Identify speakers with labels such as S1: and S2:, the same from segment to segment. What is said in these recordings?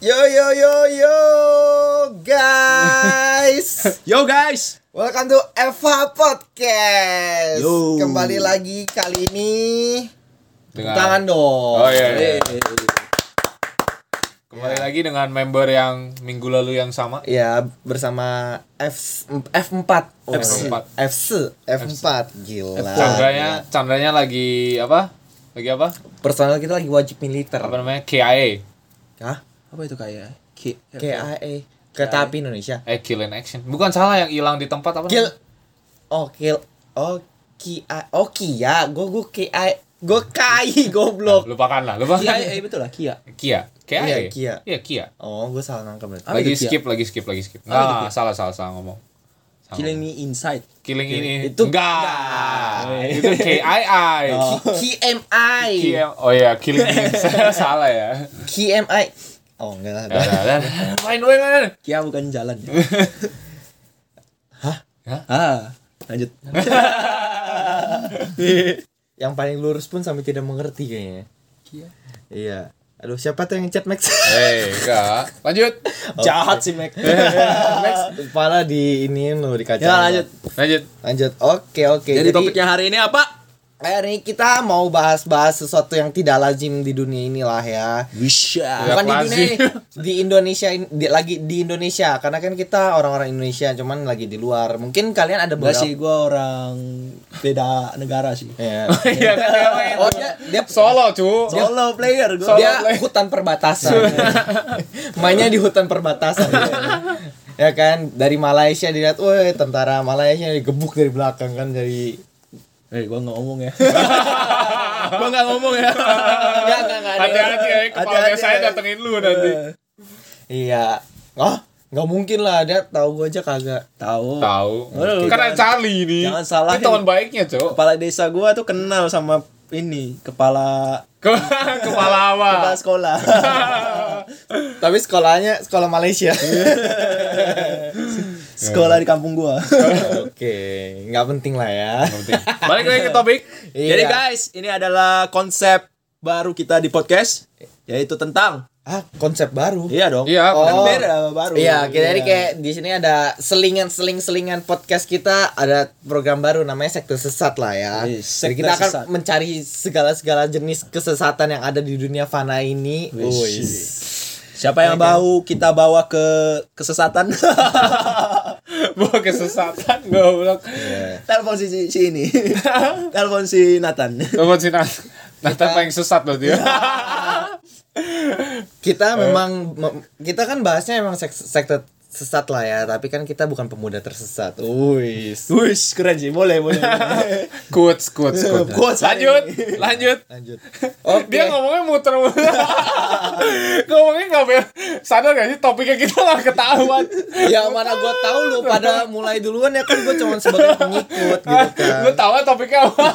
S1: Welcome to Eva Podcast.
S2: Yo.
S1: Kembali lagi kali ini
S3: Dengan-
S1: tangan dong.
S3: Oh, iya, iya.
S1: Yeay.
S3: Kembali lagi dengan member yang minggu lalu yang sama.
S1: Ya, bersama F F4.
S3: F4.
S1: F4. F4. Gila.
S3: Candranya, Candranya lagi apa? Lagi apa?
S1: Personal kita lagi wajib militer.
S3: Apa namanya? KIA.
S1: Hah?
S2: apa itu
S3: ya?
S2: kayak Ki
S1: KAE. Kereta api Indonesia.
S3: Eh, kill in action. Bukan salah yang hilang di tempat apa?
S1: Gil.
S3: namanya?
S1: Oh, Gil. Oh, Kia. Oh, Kia. Gue gue Kia. Gue KAI goblok.
S3: Lupakan lah, lupakan.
S2: Kia eh betul lah Kia
S3: Kia. KIA.
S1: Iya, Kia.
S3: Iya, Kia.
S1: Oh, gue salah nangkep berarti.
S2: Apa
S3: Lagi
S2: itu Kia?
S3: skip, lagi skip, lagi skip.
S2: Apa itu
S3: Nah,
S2: Kia?
S3: salah, salah, salah ngomong. Salah
S2: Killing
S3: ngomong.
S2: Me Inside
S3: Killing ini.
S1: Itu- Oh.
S3: enggak. Itu KII.
S1: KMI.
S3: Kia. Oh iya, killing ini. Saya salah ya.
S1: KMI. Oh, enggak lah.
S3: Ya, dah, dah. Main gue kan.
S2: Kia bukan jalan ya
S3: Hah?
S2: ah lanjut
S1: yang paling lurus pun sampai tidak mengerti kayaknya.
S2: Kia
S1: Iya. Aduh, siapa tuh yang chat Max?
S3: Eh, enggak. Lanjut.
S2: jahat sih Mac
S1: Max kepala di ini lo di kaca.
S2: ya lanjut
S3: Lanjut.
S1: Lanjut. Oke, oke.
S2: jadi topiknya hari ini apa
S1: hari ini kita mau bahas-bahas sesuatu yang tidak lazim di dunia inilah ya.
S2: Wisha
S3: Ya.
S1: Bukan di
S3: lazim.
S1: dunia ini, di Indonesia in- di- lagi di Indonesia karena kan kita orang-orang Indonesia cuman lagi di luar. Mungkin kalian ada
S2: Enggak
S1: beberapa
S2: sih, gue orang beda negara sih
S1: Iya.
S3: Iya kan dia main.
S1: Oh, dia, dia
S3: Solo cu
S2: Solo player gue
S3: Solo.
S1: dia hutan perbatasan mainnya di hutan perbatasan ya kan dari Malaysia dilihat woi tentara Malaysia digebuk dari belakang kan dari
S2: Eh, gue gak ngomong ya Gue gak ngomong ya
S1: Nggak, nggak, nggak, ada.
S3: Hati-hati ya Kepala
S2: Hati-hati,
S3: desa saya
S2: ya.
S3: datengin lu nanti
S1: iya oh nggak mungkin lah dia tahu gua aja kagak
S2: Tahu.
S3: Tahu
S2: Aduh,
S3: Karena
S2: jangan-
S3: Charlie ini
S2: jangan salahin.
S3: Ini teman baiknya cu
S2: Kepala desa gue tuh kenal sama ini Kepala
S3: Ke- Kepala apa
S2: Kepala sekolah
S1: tapi sekolahnya sekolah Malaysia
S2: Sekolah di kampung gue
S1: oke nggak penting lah ya
S3: Balik lagi ke topik
S2: Jadi
S1: Iya.
S2: guys, ini adalah konsep baru kita di podcast yaitu tentang
S1: ah konsep baru
S2: iya dong.
S3: Iya,
S2: kan
S1: oh.
S2: beda baru.
S1: Iya, kita jadi kayak di sini ada selingan seling selingan podcast kita ada program baru namanya sektor sesat lah ya. Jadi
S2: Wih, sekte
S1: kita akan
S2: sesat.
S1: mencari segala segala jenis kesesatan yang ada di dunia fana ini.
S2: Wih,
S1: Wih.
S2: shit. Siapa yang bau kita bawa ke kesesatan.
S3: Buat kesesatan Goblok
S2: Telepon si, si, si ini. Telepon si Nathan.
S3: Telepon si Nathan Nathan paling sesat ya. loh dia
S1: Kita
S2: Eh.
S1: memang mem- kita kan bahasnya emang sek- sektor sesat lah ya, tapi kan kita bukan pemuda tersesat. Wih.
S2: Wih, keren sih. Boleh, boleh.
S3: Quotes Quotes quotes.
S2: Quotes hari
S3: Lanjut Lanjut
S1: Lanjut. Oke.
S3: Dia ngomongnya muter-muter Ngomongnya gak be- Sadar gak sih topiknya kita gak ketahuan
S1: Ya mana gua tahu lu pada mulai duluan ya kan gua cuma sebagai pengikut gitu kan.
S3: Ah, Lu tau lah topiknya apa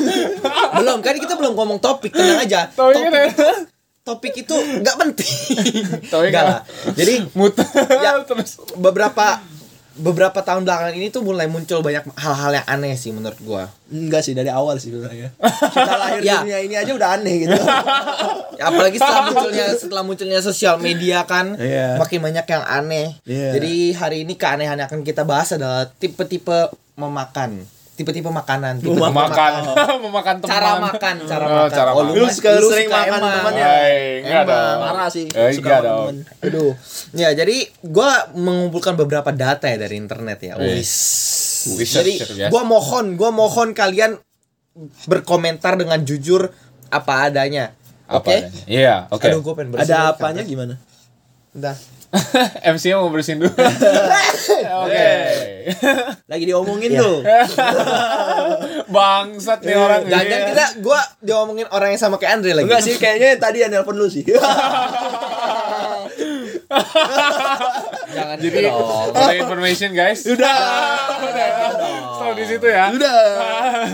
S1: belum kan kita belum ngomong topik tenang aja topik,
S3: Topiknya
S1: itu, topik itu nggak penting
S3: Topik
S1: Nggak
S3: apa?
S1: lah. jadi
S3: muter
S1: Ya.
S3: terus
S1: beberapa beberapa tahun belakangan ini tuh mulai muncul banyak hal-hal yang aneh sih menurut gua
S2: Enggak sih dari awal sih sebenarnya. Kita lahir di
S1: Ya.
S2: dunia ini aja udah aneh gitu.
S1: Ya, apalagi setelah munculnya setelah munculnya sosial media kan
S2: Iya.
S1: makin banyak yang aneh
S2: Iya.
S1: jadi hari ini keanehan yang akan kita bahas adalah tipe-tipe memakan tipe-tipe makanan tipe
S3: memakan memakan teman
S1: cara makan cara
S3: Oh,
S1: makan
S3: cara
S1: oh,
S3: makan.
S2: Lu suka-
S1: lu
S2: sering makan
S1: emang.
S2: teman ya?
S3: Hai, enggak
S1: Emang.
S3: dong
S2: Parah sih.
S3: Eh, enggak
S2: sama
S3: dong
S2: temen.
S1: Aduh. Ya, jadi gua mengumpulkan beberapa data ya dari internet ya. Wis.
S3: Iya. Wis, ya.
S1: Jadi
S3: luar biasa.
S1: gua mohon, gua mohon kalian berkomentar dengan jujur apa adanya.
S3: Apa
S1: Oke.
S3: adanya? iya oke
S1: Aduh, gua pengen bersin
S2: Ada
S1: dulu,
S2: apanya
S1: Kak.
S2: gimana?
S1: Bentar.
S3: MC nya mau bersihin dulu oke
S2: Lagi
S1: Iya.
S2: diomongin tuh.
S3: bangsat nih orang ini.
S1: Jangan kita gua diomongin orang yang sama kayak Andre lagi.
S2: Enggak sih, kayaknya tadi yang nelpon lu sih.
S1: Jangan
S3: jadi
S1: gitu dong.
S3: for your information guys udah udah Stop di situ ya
S2: Udah.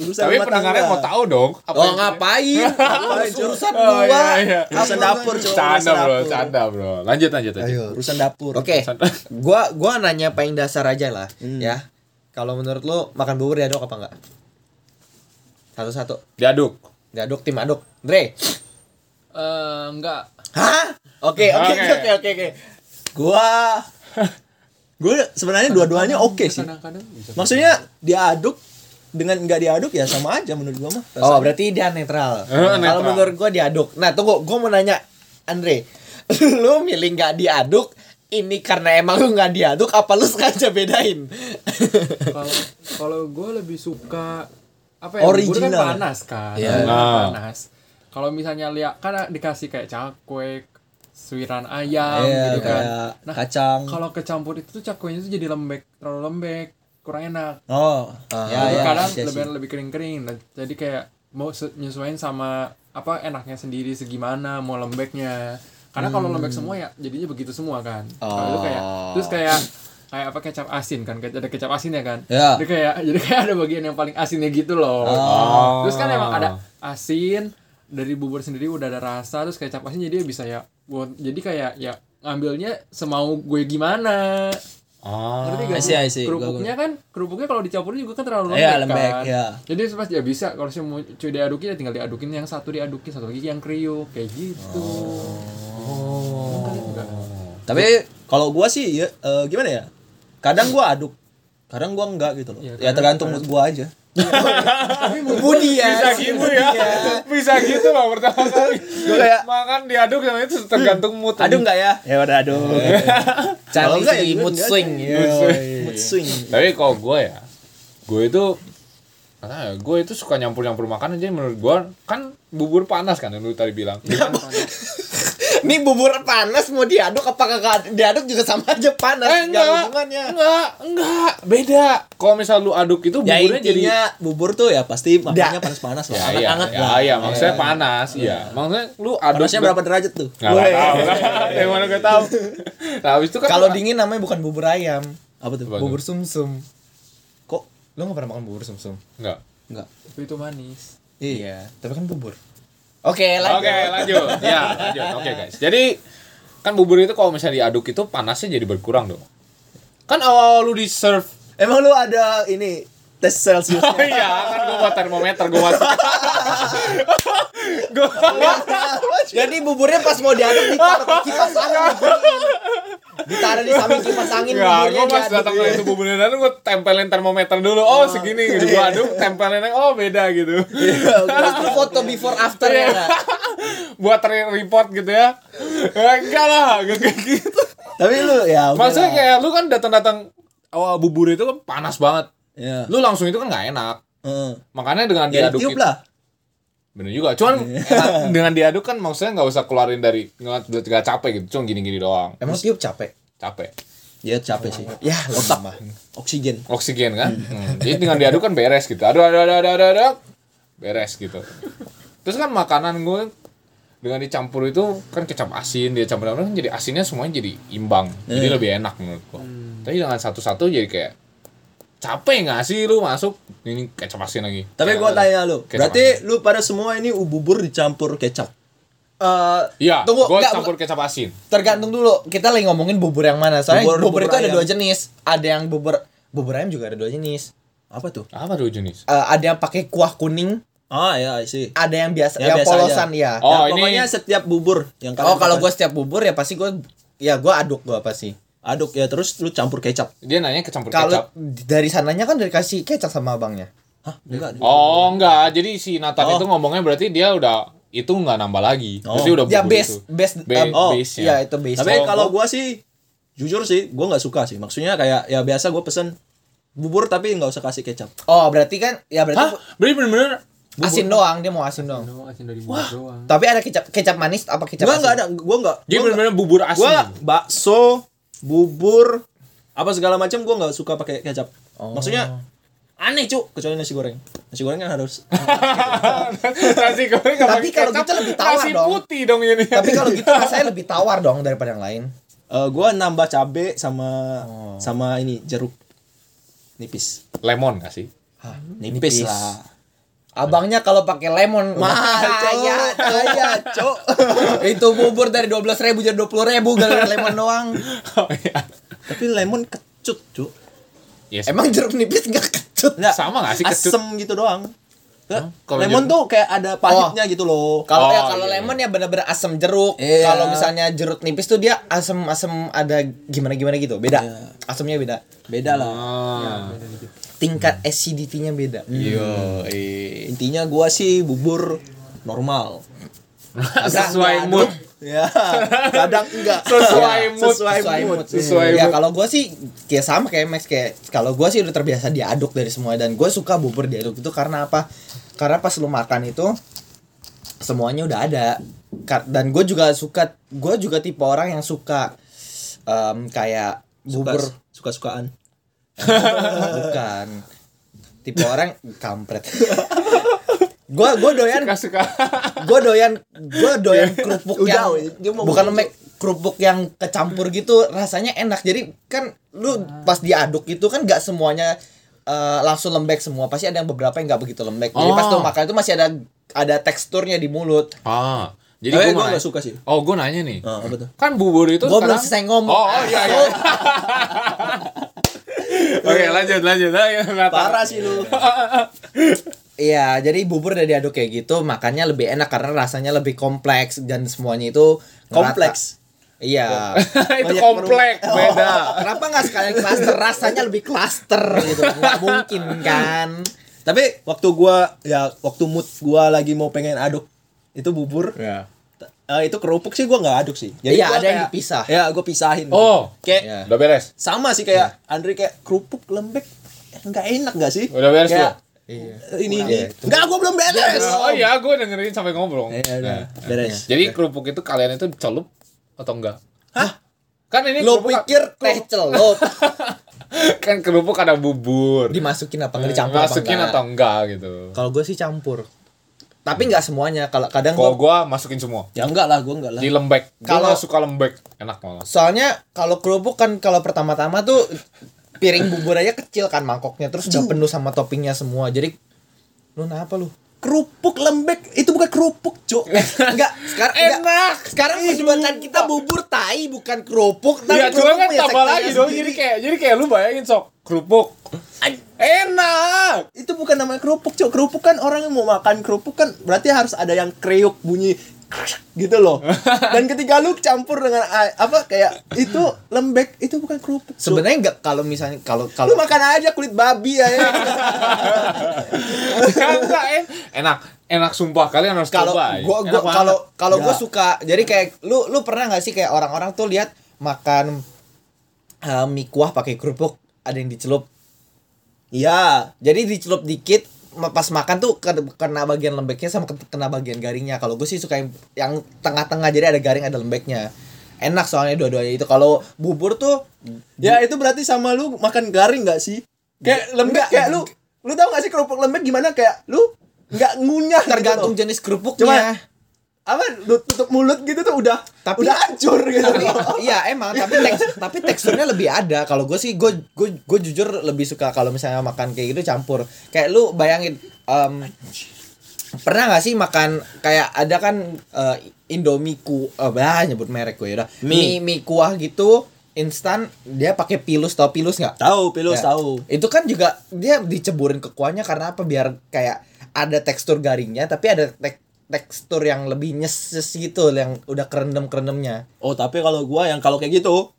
S2: Urusan
S3: tapi
S2: rumah
S3: pendengarnya
S2: tangga.
S3: mau tahu dong apa
S1: Oh,
S3: yang-
S1: ngapain? Urus- Urusan
S3: Oh,
S1: gua.
S3: iya, iya.
S2: Urusan
S1: Apa
S2: dapur,
S1: lagi?
S2: cowok.
S3: canda
S2: Urusan
S3: bro
S2: dapur.
S3: canda bro lanjut lanjut
S1: Ayo.
S3: lanjut
S2: urusan dapur.
S1: Oke. Gua gua nanya paling dasar aja lah,
S3: Hmm.
S1: ya. Kalau menurut lu makan bubur diaduk apa enggak? Satu-satu.
S3: diaduk
S1: Diaduk tim aduk. Dre.
S3: enggak
S1: Hah? Oke, oke,
S3: Oke.
S1: oke, oke, oke.
S2: Gua Gue sebenarnya dua-duanya oke sih.
S3: Kadang-kadang bisa.
S2: Maksudnya diaduk dengan nggak diaduk ya sama aja menurut gue mah.
S1: Oh, berarti dia netral. Kalau
S3: netral.
S1: menurut gua diaduk. Nah, tunggu, gua mau nanya Andre. lu milih nggak diaduk ini karena emang lu nggak diaduk apa lu sengaja bedain?
S4: kalau kalau gue lebih suka apa ya bubur
S2: Original.
S4: kan panas kan
S1: Iya.
S4: Bubur kan
S3: Nah.
S4: panas kalau misalnya lihat kan dikasih kayak cakwe suiran ayam
S2: Iya,
S4: gitu kan
S2: kayak
S4: nah
S2: kacang.
S4: kalau kecampur itu tuh cakwenya tuh jadi lembek terlalu lembek kurang enak
S2: Oh,
S4: Nah,
S2: ya, ya,
S4: kadang
S2: iya sih.
S4: lebih lebih kering-kering Nah, jadi kayak mau se- nyesuaiin sama apa enaknya sendiri segimana mau lembeknya karena kalau
S2: Hmm.
S4: lembek semua ya jadinya begitu semua kan Kalau lu kayak
S2: Oh.
S4: terus kayak kayak apa kecap asin kan Kayak ada kecap asin ya kan
S2: Ya.
S4: jadi kayak jadi kayak ada bagian yang paling asinnya gitu loh
S3: Oh.
S4: terus kan emang ada asin dari bubur sendiri udah ada rasa terus kecap asin jadi bisa ya buat- jadi kayak ya ngambilnya semau gue gimana
S3: Ah.
S4: Ngerti
S2: I
S4: gak sih?
S2: see, I see.
S4: Kerupuknya kan kerupuknya kalau dicampurin juga kan terlalu lembek,
S2: Iya, lembek,
S4: kan.
S2: iya.
S4: Jadi pas ya bisa kalau saya mau cuy diadukin ya tinggal diadukin yang satu diadukin satu lagi yang kriuk kayak gitu. Oh.
S2: Tapi kalau gua sih ya, eh, gimana ya? Kadang gua aduk, kadang gua enggak gitu loh.
S4: Iya,
S2: Ya,
S4: kadang-
S2: tergantung mood gua aja.
S1: Budi ya.
S3: bisa gitu ya bisa gitu loh pertama kali
S2: kayak-
S3: makan diaduk sama itu tergantung mood Iya.
S2: Aduk enggak ya? Ya udah aduk. Kalau
S1: Cari
S2: enggak ya
S1: si
S2: juga
S1: mood
S2: enggak.
S1: swing. ya.
S2: mood swing.
S3: tapi kalau gue ya gue itu Nah, gue itu suka nyampur-nyampur makanan jadi menurut gue kan bubur panas kan yang lu tadi bilang.
S1: Ini bubur panas mau diaduk apa kagak diaduk juga sama aja panas. Nggak ada
S3: Eh, enggak,
S1: hubungannya.
S3: enggak, enggak, beda. Kalau misal lu aduk itu
S2: Ya
S3: buburnya jadi
S2: intinya bubur tuh ya pasti makannya
S1: Nggak.
S2: panas-panas lah.
S3: ya, iya,
S2: Anget-anget
S3: ya,
S2: lah.
S3: iya, maksudnya panas, iya. Maksudnya lu aduk
S2: Panasnya berapa derajat tuh?
S3: Nggak tahu lah. Yang mana gue tahu. Nah, habis itu kan
S1: Kalau dingin namanya bukan bubur ayam,
S2: Apa tuh?
S3: Apa?
S1: bubur sumsum.
S2: Kok
S1: Lu nggak pernah makan bubur sumsum?
S3: enggak.
S2: enggak?
S4: Tapi itu manis.
S1: Iya, tapi kan bubur. Oke, lanjut.
S3: Oke, lanjut. Ya, lanjut. Oke, guys. Jadi kan bubur itu kalau misalnya diaduk itu panasnya jadi berkurang dong. Kan awal lu di serve
S2: Emang lu ada ini tes Celsius?
S3: Oh iya, kan gua buat termometer gua buat.
S1: Jadi buburnya pas mau diaduk ditaruh ke kipas angin. Ditaruh di samping kipas angin
S3: Ya,
S1: buburnya
S3: gua pas
S1: diaduk.
S3: datang ke itu buburnya dan gua tempelin termometer dulu. Oh, segini gitu. Gua aduk, tempelin oh beda gitu.
S1: Iya, Terus lu foto before after ya nggak?
S3: buat re- report gitu ya. Ya, Enggak lah, enggak kayak gitu.
S2: Tapi lu ya oke
S3: Maksudnya
S2: lah.
S3: kayak lu kan datang-datang awal bubur itu kan panas banget.
S2: Ya.
S3: Lu langsung itu kan nggak enak.
S2: Heeh.
S3: Makanya dengan
S2: Ya
S3: diaduk
S2: tiup
S3: itu-
S2: lah. Iya.
S3: Bener juga. Cuman enak- dengan diaduk kan maksudnya nggak usah keluarin dari nggak nggak capek gitu. Cuma gini-gini doang.
S1: Emang tiup capek?
S3: Capek.
S2: Ya capek sih.
S1: Ya, lama.
S2: Oksigen.
S3: Oksigen kan.
S2: Iya.
S3: Hmm. Jadi dengan diaduk kan beres gitu. Aduh aduh aduh aduh aduh. aduh. Beres gitu. Terus kan makanan gue dengan dicampur itu kan kecap asin dia campur campur kan jadi asinnya semuanya jadi imbang jadi
S2: Iya.
S3: lebih enak menurut gue tapi dengan satu-satu jadi kayak capek nggak sih lu masuk ini kecap asin lagi
S2: Tapi
S3: Kayak-
S2: gua tanya lu,
S3: kecap
S2: berarti lu pada semua ini bubur dicampur kecap.
S1: Eh,
S3: Iya,
S1: tunggu, nggak,
S3: gue campur kecap asin.
S1: tergantung dulu. Kita lagi ngomongin bubur yang mana? Soalnya
S2: Bubur-
S1: bubur,
S2: bubur
S1: itu ada
S2: ayam.
S1: dua jenis. Ada yang bubur bubur ayam juga ada dua jenis.
S2: Apa tuh?
S3: Apa tuh jenis?
S1: Eh, ada yang pakai kuah kuning,
S2: Ah ya, I see.
S1: ada yang biasa,
S2: Yang
S1: yang,
S2: biasa
S1: polosan
S2: aja.
S1: ya.
S3: Oh,
S2: Ya,
S3: ini-
S2: pokoknya setiap bubur yang
S1: Oh, kalau gue setiap bubur ya pasti gue ya gue aduk gue pasti.
S2: aduk ya terus lu campur kecap.
S3: Dia nanya kecampur kecap.
S1: Kalau dari sananya kan dikasih kecap sama abangnya.
S2: Hah, enggak.
S3: Oh enggak, jadi si Nathan itu ngomongnya berarti dia udah itu nggak nambah lagi.
S2: Oh.
S3: Berarti udah
S1: Ya
S3: bubur
S1: base
S3: itu.
S1: base
S3: Ba-
S2: oh,
S3: base-nya.
S1: ya itu base.
S2: Tapi
S1: Oh,
S2: kalau gua sih jujur sih, gua nggak suka sih. Maksudnya kayak ya biasa gua pesen bubur tapi nggak usah kasih kecap.
S1: Oh, berarti kan ya berarti
S3: Hah? Berarti bener-bener
S1: asin doang, dia mau asin doang.
S4: Doang asin dari bubur doang.
S1: Tapi ada kecap kecap manis apa kecap
S2: Gua
S1: asin?
S2: nggak ada, gua nggak.
S3: dia
S2: gua
S3: bener-bener bubur asin.
S2: gue bakso bubur apa segala macam gue nggak suka pakai kecap maksudnya aneh cu kecuali nasi goreng nasi goreng kan harus
S3: nasi goreng nggak
S1: Tapi
S3: pakai
S1: kalau
S3: kecap,
S1: gitu lebih tawar
S3: nasi
S1: dong.
S3: putih dong ini.
S1: Tapi kalau gitu rasanya lebih tawar dong daripada yang lain.
S2: gue Eh, nambah cabe sama sama ini jeruk nipis
S3: lemon nggak sih?
S2: nipis, lah
S1: Abangnya kalau pakai lemon
S2: Mahal,
S1: kaya,
S2: Cok.
S1: kaya, cok. Itu bubur dari 12.000 jadi 20.000 gara-gara lemon doang.
S3: Oh iya.
S2: tapi lemon kecut cu
S3: Yes.
S1: Emang jeruk nipis enggak kecut.
S2: Nggak,
S3: Sama nggak sih kecut?
S2: asem gitu doang
S3: Kalau
S2: lemon
S3: jeruk-
S2: tuh kayak ada pahitnya gitu loh.
S1: Kalau
S3: Oh,
S1: ya kalau
S3: iya,
S1: lemon ya bener-bener asam jeruk.
S2: Iya.
S1: Kalau misalnya jeruk nipis tuh dia asam-asam ada gimana gimana gitu, beda.
S2: Iya.
S1: Asamnya beda.
S2: Beda lah.
S3: Ah.
S1: Tingkat acidity-nya beda.
S3: Hmm.
S2: Iya, eh, intinya gua sih bubur normal.
S3: Sesuai
S2: Kadang
S3: mood.
S2: ada. Ya, kadang enggak.
S3: Sesuai
S2: Ya,
S3: mood.
S2: Sesuai,
S1: Sesuai
S2: mood.
S1: mood.
S3: Sesuai
S1: ya
S3: mood.
S1: kalau gua sih kayak sama kayak Max kayak kalau gua sih udah terbiasa diaduk dari semua dan gue suka bubur diaduk itu karena apa? Karena pas lu makan itu semuanya udah ada Ka- dan gue juga suka gue juga tipe orang yang suka em, kayak
S2: Suka,
S1: bubur
S2: suka-sukaan.
S1: bukan tipe orang kampret gue gue doyan
S3: Kasih
S1: gue doyan gue doyan kerupuk
S2: Udah,
S1: yang
S2: woy. Dia mau
S1: bukan
S2: bujuk.
S1: lembek kerupuk yang kecampur gitu rasanya enak jadi kan lu
S3: Ah.
S1: pas diaduk itu kan gak semuanya eh, langsung lembek semua pasti ada yang beberapa yang gak begitu lembek jadi pas lu
S3: Oh.
S1: makan itu masih ada ada teksturnya di mulut
S3: Ah. Jadi
S2: Jadi
S3: gue
S2: Eh, gua
S3: mau
S2: enggak
S3: nanya-
S2: suka sih.
S3: Oh, gue nanya nih.
S2: Ah, apa tuh?
S3: Kan bubur itu
S1: gue belum
S3: sekarang-
S1: selesai ngomong
S3: Oh, oh iya, iya. Oke, lanjut, lanjut. lanjut. Nggak tahu.
S2: Parah sih lu.
S1: Iya, jadi bubur udah diaduk kayak gitu, makannya lebih enak karena rasanya lebih kompleks dan semuanya itu ngerata.
S2: Kompleks.
S1: Iya.
S3: Oh. itu
S2: Banyak
S3: komplek, beda.
S1: Kenapa nggak sekalian klaster? Rasanya lebih klaster gitu. Nggak mungkin kan?
S2: Tapi waktu gua ya waktu mood gua lagi mau pengen aduk itu bubur.
S3: Ya.
S2: t- eh, itu kerupuk sih gua nggak aduk sih.
S1: Iya,
S2: gua
S1: ada yang
S2: kayak-
S1: dipisah.
S2: Ya, gua pisahin.
S3: Oh.
S2: kayak
S1: Iya.
S3: Udah beres.
S2: sama sih kayak Andre kayak kerupuk lembek nggak enak nggak sih?
S3: Udah beres
S2: Kayak,
S1: Iya.
S2: ini
S1: Kurang.
S2: ini.
S1: Iya, itu.
S2: Nggak, gua belum beres.
S3: Oh iya, gue dengerin sampai ngomong.
S2: Ya, udah.
S1: Iya.
S3: Nah.
S2: Beres.
S3: Jadi kerupuk itu kalian itu celup atau enggak?
S2: Hah?
S3: Kan ini
S1: Lo
S3: kerupuk-
S1: pikir teh celup
S3: kan kerupuk ada bubur.
S1: dimasukin apa nggak dicampur
S3: Hmm, Masukin
S1: apa
S3: atau enggak gitu.
S1: Kalau gue sih campur. Tapi nggak semuanya. Kalau kadang
S3: Kalau
S1: gue
S3: gua masukin semua.
S2: Ya enggak lah, gua enggak lah.
S3: Di lembek.
S1: Kalau-
S3: Kalau suka lembek, enak malah.
S1: soalnya kalau kerupuk kan kalau pertama-tama tuh piring bubur aja kecil kan mangkoknya terus udah penuh sama toppingnya semua. Jadi lu kenapa lu?
S2: Kerupuk lembek itu bukan kerupuk, Cok.
S1: Enggak, sekarang enak. Sekarang perdebatan kita bubur tai bukan kerupuk, tapi
S3: Iya,
S1: kerupuk
S3: cuma kan
S1: punya
S3: tambah
S1: sektanya
S3: lagi dong.
S1: sendiri.
S3: Jadi kayak jadi kayak lu bayangin sok kerupuk. Enak.
S2: itu bukan namanya kerupuk, Cok. Kerupuk kan orang yang mau makan kerupuk kan berarti harus ada yang kriuk bunyi krek gitu loh. Dan ketika lu campur dengan a- apa kayak itu lembek itu bukan kerupuk. Cok.
S1: Sebenarnya enggak kalau misalnya kalau kalau
S2: Lu makan aja kulit babi ya. ya.
S3: Kan Enggak en- enak. Enak sumpah kalian harus
S1: kalau
S3: coba. eh.
S1: gua
S3: Enak
S1: Oh, gua
S3: banget.
S1: kalau kalau gua
S2: Ya.
S1: suka. Jadi kayak lu lu pernah nggak sih kayak orang-orang tuh lihat makan eh, mie kuah pakai kerupuk ada yang dicelup.
S2: Iya.
S1: Jadi dicelup dikit ma- pas makan tuh ke- kena bagian lembeknya sama ke- kena bagian garingnya. Kalau gue sih suka yang, yang tengah-tengah jadi ada garing ada lembeknya. Enak soalnya dua-duanya itu. Kalau bubur tuh
S2: Ya itu berarti sama lu makan garing gak sih? Kayak lembek kayak lu lu tau gak sih kerupuk lembek gimana kayak lu nggak ngunyah gitu
S1: tergantung
S2: loh.
S1: jenis kerupuknya.
S2: Cuma- apa lu tutup mulut gitu tuh udah
S1: Tapi-
S2: udah hancur gitu.
S1: tapi iya emang tapi teks- tapi teksturnya lebih ada kalau gue sih gue gue gue jujur lebih suka kalau misalnya makan kayak gitu campur kayak lu bayangin em, pernah nggak sih makan kayak ada kan eh, indomie ku eh, bah nyebut merek gue udah mie. mie kuah gitu instan dia pakai pilus tau pilus nggak
S2: Tahu, pilus
S1: Ya. Itu kan juga dia diceburin ke kuahnya karena apa? Biar kayak ada tekstur garingnya tapi ada tek- tekstur yang lebih nyeses gitu yang udah kerendem-kerendemnya.
S2: Oh, tapi kalau gua yang kalau kayak gitu,